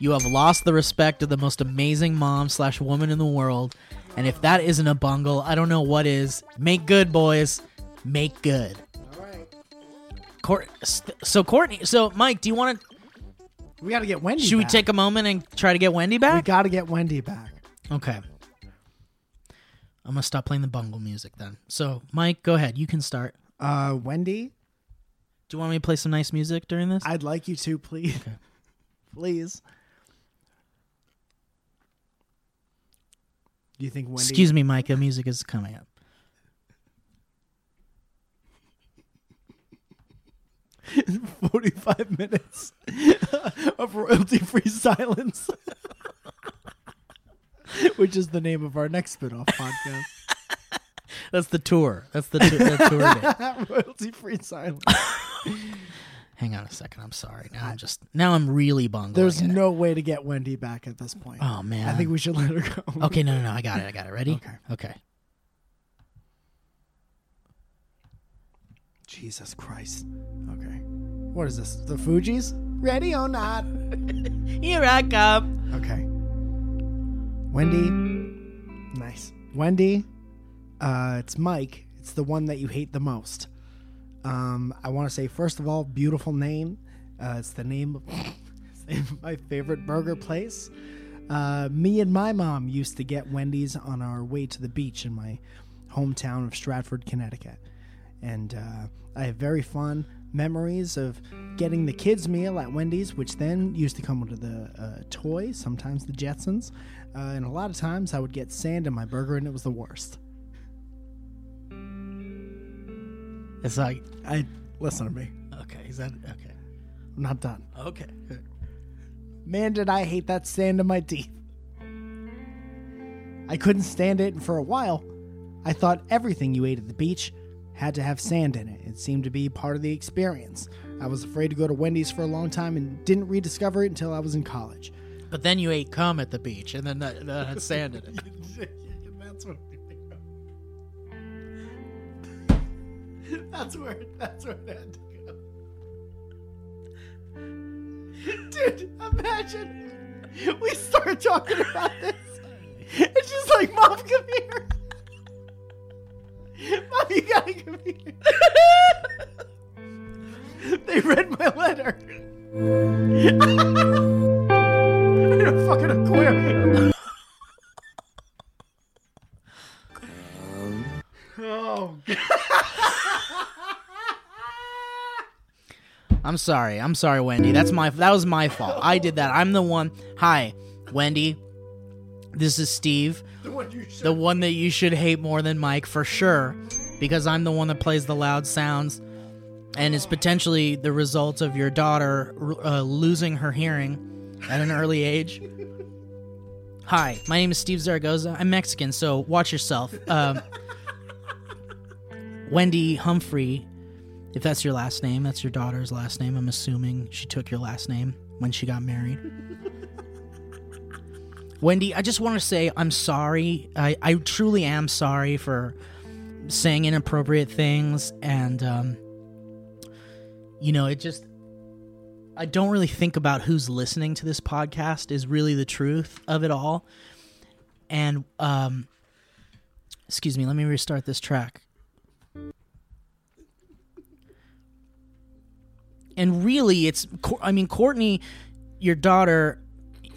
Speaker 3: You have lost the respect of the most amazing mom slash woman in the world. And if that isn't a bungle, I don't know what is. Make good, boys. Make good.
Speaker 2: All right.
Speaker 3: Court. So Courtney. So Mike, do you want to?
Speaker 2: We gotta get Wendy.
Speaker 3: Should we
Speaker 2: back.
Speaker 3: take a moment and try to get Wendy
Speaker 2: We
Speaker 3: back?
Speaker 2: gotta get Wendy back.
Speaker 3: okay. I'm gonna stop playing the bungle music then. So Mike, go ahead. You can start.
Speaker 2: Uh, Wendy,
Speaker 3: Do you want me to play some nice music during this?
Speaker 2: I'd like you to please, please. Do you think Wendy?
Speaker 3: Excuse me, Mike. The music is coming up.
Speaker 2: Forty-five minutes of royalty-free silence, which is the name of our next spin-off podcast.
Speaker 3: That's the tour. That's the, t- the tour. Date.
Speaker 2: royalty-free silence.
Speaker 3: Oh, Hang on a second. I'm sorry. Now I'm just. Now I'm really bungling.
Speaker 2: There's
Speaker 3: it.
Speaker 2: no way to get Wendy back at this point.
Speaker 3: Oh man. Oh.
Speaker 2: I think we should let her go.
Speaker 3: Okay, no, no, no. I got it. I got it. Ready?
Speaker 2: Okay.
Speaker 3: Okay.
Speaker 2: Jesus Christ. Okay. What is this? The Fugees? Ready or not?
Speaker 3: Here I come.
Speaker 2: Okay. Wendy. Nice. Wendy. Uh, it's Mike. It's It's the one that you hate the most. Um, I want to say first of all, beautiful name. Uh, it's the name of it's the name of my favorite burger place. Uh, me and my mom used to get Wendy's on our way to the beach in my hometown of Stratford, Connecticut, and uh, I have very fond memories of getting the kids' meal at Wendy's, which then used to come with the uh, toy, sometimes the Jetsons, uh, and a lot of times I would get sand in my burger, and it was the worst. It's like I listen to me.
Speaker 3: Okay. Is that okay?
Speaker 2: I'm not done.
Speaker 3: Okay. good.
Speaker 2: Man, did I hate that sand in my teeth. I couldn't stand it, and for a while, I thought everything you ate at the beach had to have sand in it. It seemed to be part of the experience. I was afraid to go to Wendy's for a long time and didn't rediscover it until I was in college.
Speaker 3: But then you ate cum at the beach, and then that, that had sand in it.
Speaker 2: that's what I think of. That's where that's where it had to go. Dude, imagine we start talking about this. It's just like mom, come here. Mom, you gotta come here. They read my letter. in a fucking aquarium. oh god.
Speaker 3: I'm sorry. I'm sorry, Wendy. That's my that was my fault. I did that. I'm the one. Hi, Wendy. This is Steve,
Speaker 2: The one you should
Speaker 3: the one that you should hate more than Mike for sure, because I'm the one that plays the loud sounds, and it's potentially the result of your daughter uh, losing her hearing at an early age. Hi, my name is Steve Zaragoza. I'm Mexican, so watch yourself. Um, Wendy Humphrey, if that's your last name, that's your daughter's last name. I'm assuming she took your last name when she got married. Wendy, I just want to say I'm sorry. I, I truly am sorry for saying inappropriate things. And, um, you know, it just, I don't really think about who's listening to this podcast, is really the truth of it all. And, um, excuse me, let me restart this track. And really, it's, Cour- I mean, Courtney, your daughter,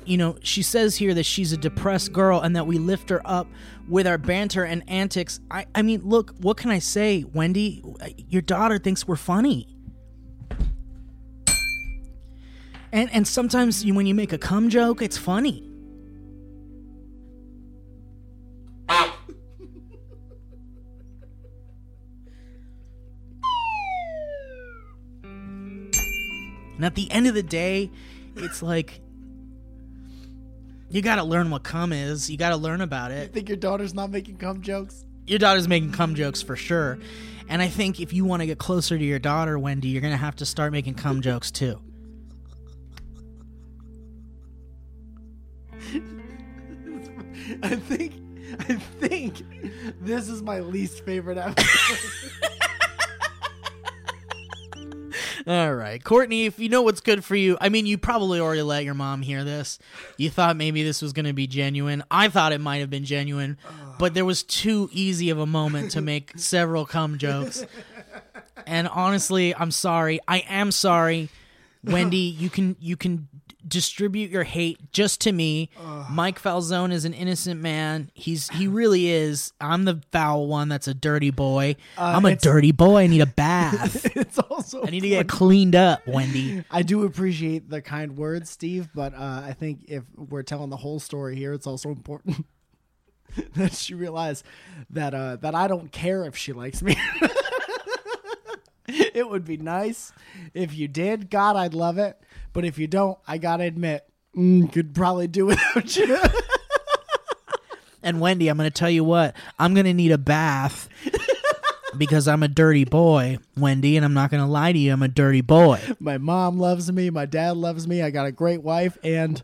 Speaker 3: you know, she says here that she's a depressed girl and that we lift her up with our banter and antics. I, I mean, look, what can I say, Wendy? Your daughter thinks we're funny. And, and sometimes you, when you make a cum joke, it's funny. And at the end of the day, it's like you got to learn what cum is. You got to learn about it.
Speaker 2: think your daughter's not making cum jokes.
Speaker 3: your daughter's making cum jokes for sure. And I think if you want to get closer to your daughter, Wendy, you're going to have to start making cum jokes too.
Speaker 2: I think I think this is my least favorite episode.
Speaker 3: All right. Courtney, if you know what's good for you, I mean, you probably already let your mom hear this. You thought maybe this was going to be genuine. I thought it might have been genuine, but there was too easy of a moment to make several cum jokes. And honestly, I'm sorry. I am sorry. Wendy, you can you can distribute your hate just to me. Mike Falzone is an innocent man. He's he really is. I'm the foul one that's a dirty boy. I'm a
Speaker 2: it's-
Speaker 3: dirty boy. I need a bath.
Speaker 2: it's also
Speaker 3: I need to get cleaned up, Wendy.
Speaker 2: I do appreciate the kind words, Steve, but uh, I think if we're telling the whole story here, it's also important that she realize that uh, that I don't care if she likes me. it would be nice if you did. God, I'd love it. But if you don't, I gotta admit, mm, could probably do without you.
Speaker 3: And Wendy, I'm going to tell you what, I'm going to need a bath because I'm a dirty boy, Wendy, and I'm not going to lie to you, I'm a dirty boy.
Speaker 2: my mom loves me. My dad loves me. I got a great wife, and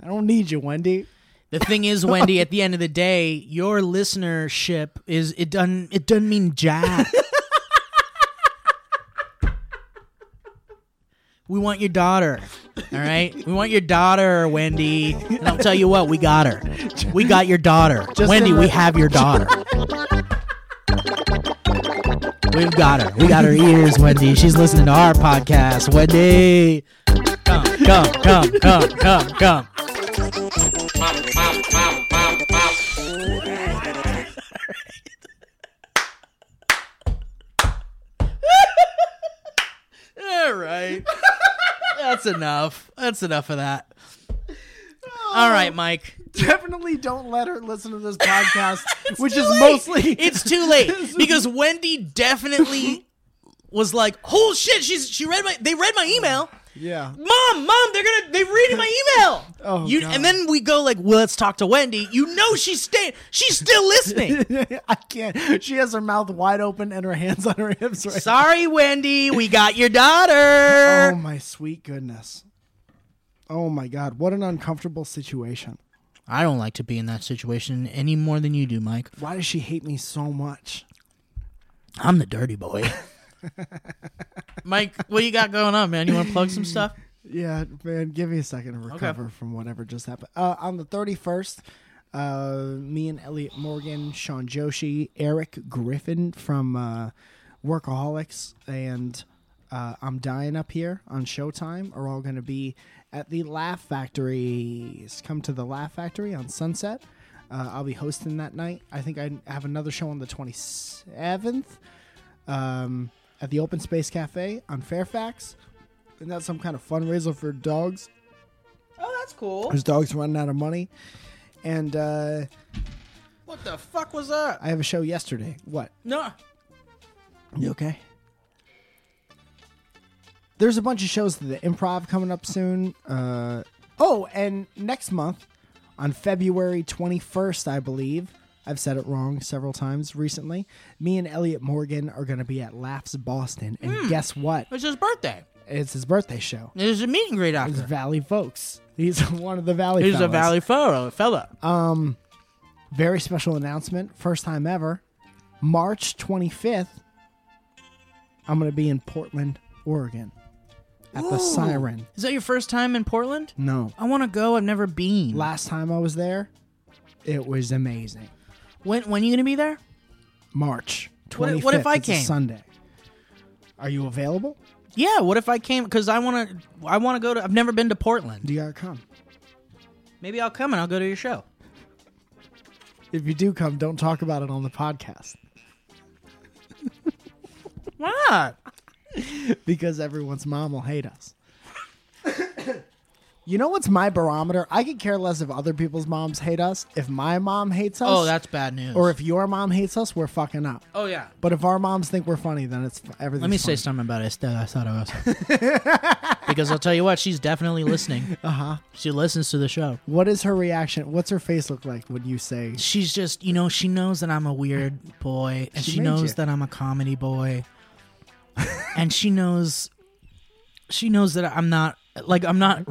Speaker 2: I don't need you, Wendy.
Speaker 3: The thing is, Wendy, at the end of the day, your listenership is it doesn't it doesn't mean jack. we want your daughter, all right? We want your daughter, Wendy. And I'll tell you what, we got her. We got your daughter,
Speaker 2: Just
Speaker 3: Wendy.
Speaker 2: in
Speaker 3: We
Speaker 2: the-
Speaker 3: have your daughter. We've got her. We got her ears, Wendy. She's listening to our podcast. Wendy, come, come, come, come, come, come. All right. That's enough. That's enough of that. All right, Mike.
Speaker 2: Definitely don't let her listen to this podcast, which is mostly
Speaker 3: It's too late because Wendy definitely was like, "Holy shit, she's she read my they read my email."
Speaker 2: yeah.
Speaker 3: Mom, mom, they're gonna they're reading my email.
Speaker 2: Oh,
Speaker 3: you
Speaker 2: God.
Speaker 3: and then we go like, well, let's talk to Wendy. You know she's staying. She's still listening.
Speaker 2: I can't. She has her mouth wide open and her hands on her hips right.
Speaker 3: Sorry, Wendy, we got your
Speaker 2: Oh
Speaker 3: daughter.
Speaker 2: my sweet goodness. Oh my god, what an uncomfortable situation.
Speaker 3: I don't like to be in that situation any more than you do, Mike.
Speaker 2: Why does she hate me so much?
Speaker 3: I'm the dirty boy. Mike, what you got going on, man? You want to plug some stuff?
Speaker 2: Yeah, man, give me a second to recover from whatever just happened. Uh, on the 31st, uh, me and Elliot Morgan, Sean Joshi, Eric Griffin from uh, Workaholics, and uh, I'm Dying Up Here on Showtime are all going to be at the Laugh Factories. Come to the Laugh Factory on Sunset. Uh, I'll be hosting that night. I think I have another show on the 27th um, at the Open Space Cafe on Fairfax and that's some kind of fundraiser for dogs.
Speaker 3: Oh, that's cool.
Speaker 2: There's dogs running out of money, and uh,
Speaker 3: What the fuck was that?
Speaker 2: I have a show yesterday. What?
Speaker 3: No.
Speaker 2: You okay? There's a bunch of shows to the improv coming up soon. Uh, oh, and next month, on February 21st, I believe, I've said it wrong several times recently. Me and Elliot Morgan are going to be at Laughs Boston, and
Speaker 3: Hmm.
Speaker 2: guess what?
Speaker 3: It's his birthday.
Speaker 2: It's his birthday show.
Speaker 3: There's a meet and greet
Speaker 2: It's
Speaker 3: after.
Speaker 2: Valley Folks. He's one of the Valley.
Speaker 3: He's a
Speaker 2: fellas.
Speaker 3: Valley fellow, fella.
Speaker 2: Um, very special announcement, first time ever. March 25th, I'm going to be in Portland, Oregon at the
Speaker 3: Ooh. Mm.
Speaker 2: Siren.
Speaker 3: Is that your first time in Portland?
Speaker 2: No.
Speaker 3: I want to go. I've never been.
Speaker 2: Last time I was there, it was amazing.
Speaker 3: when when you gonna be there?
Speaker 2: March 25th.
Speaker 3: What- what if I
Speaker 2: it's a
Speaker 3: came?
Speaker 2: Sunday. Are you available?
Speaker 3: Yeah. What if I came? Because I want to. I want to go to. I've never been to Portland.
Speaker 2: Do you got to come?
Speaker 3: Maybe I'll come and I'll go to your show.
Speaker 2: If you do come, don't talk about it on the podcast
Speaker 3: Why not?
Speaker 2: because everyone's mom will hate us. You know what's my barometer? I could care less if other people's moms hate us. If my mom hates us,
Speaker 3: Oh, that's bad news.
Speaker 2: or if your mom hates us, we're fucking up.
Speaker 3: oh yeah.
Speaker 2: But if our moms think we're funny, then it's everything.
Speaker 3: Let me say something about Estelle. I thought I was because I'll tell you what, she's definitely listening. Uh huh. She listens to the show.
Speaker 2: What is her reaction? What's her face look like when you say?
Speaker 3: She's just, you know, she knows that I'm a weird boy, and
Speaker 2: She
Speaker 3: she,
Speaker 2: made
Speaker 3: knows
Speaker 2: you.
Speaker 3: that I'm a comedy boy, and she knows, she knows that I'm not like I'm not.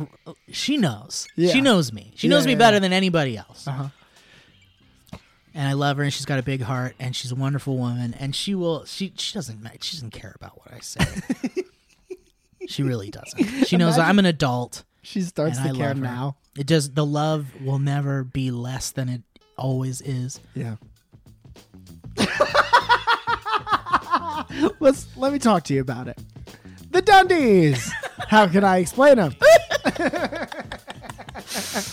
Speaker 3: She knows.
Speaker 2: Yeah.
Speaker 3: She knows me. She
Speaker 2: Yeah,
Speaker 3: knows me
Speaker 2: yeah,
Speaker 3: better
Speaker 2: yeah.
Speaker 3: than anybody else.
Speaker 2: Uh-huh.
Speaker 3: And I love her, and she's got a big heart, and she's a wonderful woman, and she will. She she doesn't ma- she doesn't care about what I say. she really doesn't. She knows I'm an adult.
Speaker 2: She starts
Speaker 3: and I
Speaker 2: to care
Speaker 3: love her.
Speaker 2: now.
Speaker 3: It does. The love will never be less than it always is.
Speaker 2: Yeah. Let's let me talk to you about it. The Dundies. How can I explain them?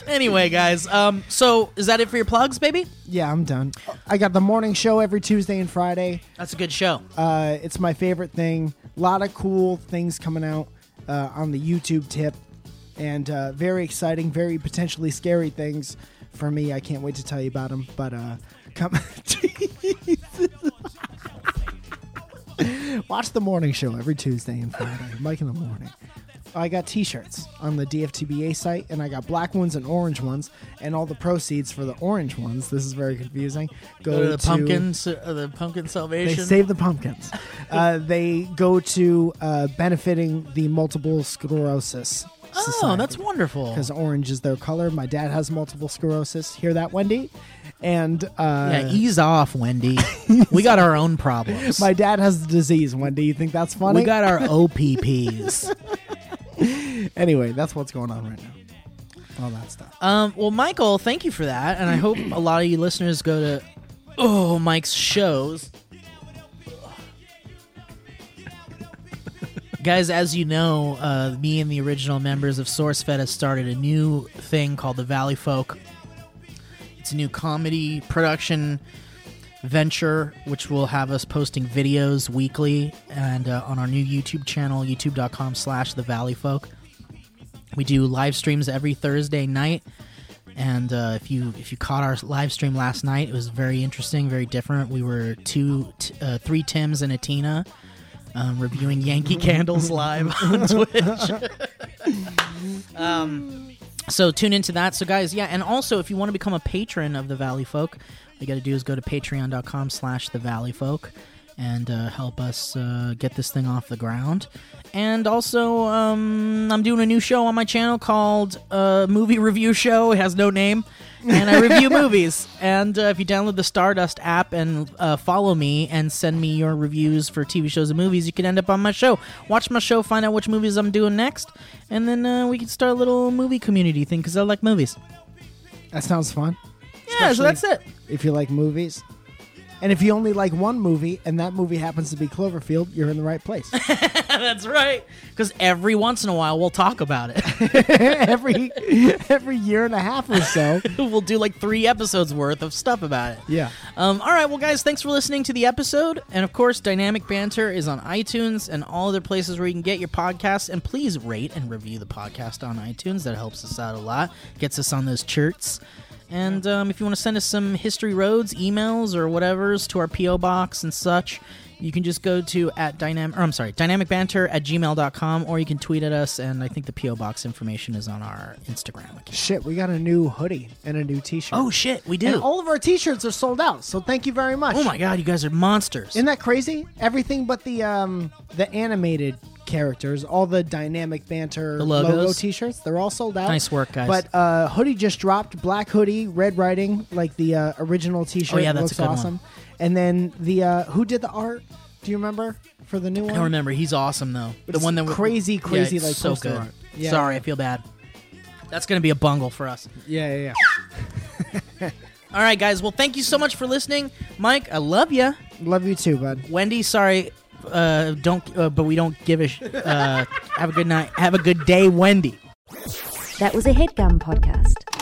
Speaker 3: Anyway, guys, um, so is that it for your plugs, baby?
Speaker 2: yeah, I'm done. I got the morning show every Tuesday and Friday.
Speaker 3: That's a good show.
Speaker 2: Uh, it's my favorite thing. A lot of cool things coming out uh, on the YouTube tip, and uh, very exciting, very potentially scary things for me. I can't wait to tell you about them. But uh, come, watch the morning show every Tuesday and Friday, Mike in the morning. I got T-shirts on the DFTBA site, and I got black ones and orange ones, and all the proceeds for the orange ones. This is very confusing. Go,
Speaker 3: Go to the pumpkins, uh, the pumpkin
Speaker 2: They
Speaker 3: salvation.
Speaker 2: save the pumpkins. Uh, they go to uh, benefiting the multiple sclerosis.
Speaker 3: oh, that's wonderful.
Speaker 2: because orange is their color. My dad has multiple sclerosis. Hear that, Wendy? And uh,
Speaker 3: Yeah, ease off, Wendy. we got our own problems.
Speaker 2: my dad has the disease. Wendy, you think that's funny?
Speaker 3: we got our OPPs.
Speaker 2: anyway, that's what's going on right now. All that stuff.
Speaker 3: Um, well, Michael, thank you for that, and I hope a lot of you listeners go to oh Mike's shows. Guys, as you know, uh, me and the original members of SourceFed has started a new thing called the Valley Folk. It's a new comedy production venture, which will have us posting videos weekly and uh, on our new YouTube channel, youtube.com slash the Valley Folk. We do live streams every Thursday night. And uh, if you if you caught our live stream last night, it was very interesting, very different. We were two, t- uh, three Tims and a Tina, um, reviewing Yankee Candles live on Twitch. um, so tune into that. So guys, yeah, and also if you want to become a patron of the Valley Folk, all you got to do is go to Patreon.com/slash The Valley Folk and uh, help us uh, get this thing off the ground. And also, um, I'm doing a new show on my channel called uh, Movie Review Show. It has no name, and I review movies. And uh, if you download the Stardust app and uh, follow me and send me your reviews for TV shows and movies, you could end up on my show. Watch my show, find out which movies I'm doing next, and then uh, we can start a little movie community thing because I like movies.
Speaker 2: That sounds fun.
Speaker 3: Yeah, so that's it.
Speaker 2: If you like movies. And if you only like one movie and that movie happens to be Cloverfield, you're in the right place.
Speaker 3: That's right. Because every once in a while, we'll talk about it.
Speaker 2: every every year and a half or so.
Speaker 3: we'll do like three episodes worth of stuff about it.
Speaker 2: Yeah.
Speaker 3: Um, all right, well, guys, thanks for listening to the episode. And of course, Dynamic Banter is on iTunes and all other places where you can get your podcasts. And please rate and review the podcast on iTunes. That helps us out a lot, gets us on those charts. And um, if you want to send us some History Roads emails or whatever's to our P.O. box and such, you can just go to at dynamic, or I'm sorry, dynamicbanter at gmail.com, or you can tweet at us. And I think the P.O. box information is on our Instagram account.
Speaker 2: Shit, we got a new hoodie and a new t-shirt.
Speaker 3: Oh, shit, we do.
Speaker 2: and all of our t-shirts are sold out. So thank you very much.
Speaker 3: Oh my god, you guys are monsters.
Speaker 2: Isn't that crazy? Everything but the um the animated characters, all the dynamic banter
Speaker 3: The logos.
Speaker 2: logo t-shirts, they're all sold out.
Speaker 3: Nice work, guys.
Speaker 2: But uh, hoodie just dropped, black hoodie, red writing, like the uh, original t-shirt.
Speaker 3: Oh, yeah,
Speaker 2: It
Speaker 3: that's a
Speaker 2: looks
Speaker 3: good one.
Speaker 2: awesome. And then the uh, who did the art? Do you remember for the new one?
Speaker 3: I don't remember. He's awesome though. the
Speaker 2: It's
Speaker 3: one that w-
Speaker 2: crazy,
Speaker 3: Yeah,
Speaker 2: crazy,
Speaker 3: it's
Speaker 2: like,
Speaker 3: so
Speaker 2: poster
Speaker 3: good.
Speaker 2: art. Yeah.
Speaker 3: Sorry, I feel bad. That's gonna be a bungle for us.
Speaker 2: Yeah, yeah, yeah.
Speaker 3: All right, guys. Well, thank you so much for listening, Mike. I love ya.
Speaker 2: Love you too, bud.
Speaker 3: Wendy. Sorry, uh, don't. Uh, but we don't give a. Sh- uh, have a good night. Have a good day, Wendy.
Speaker 1: That was a headgum podcast.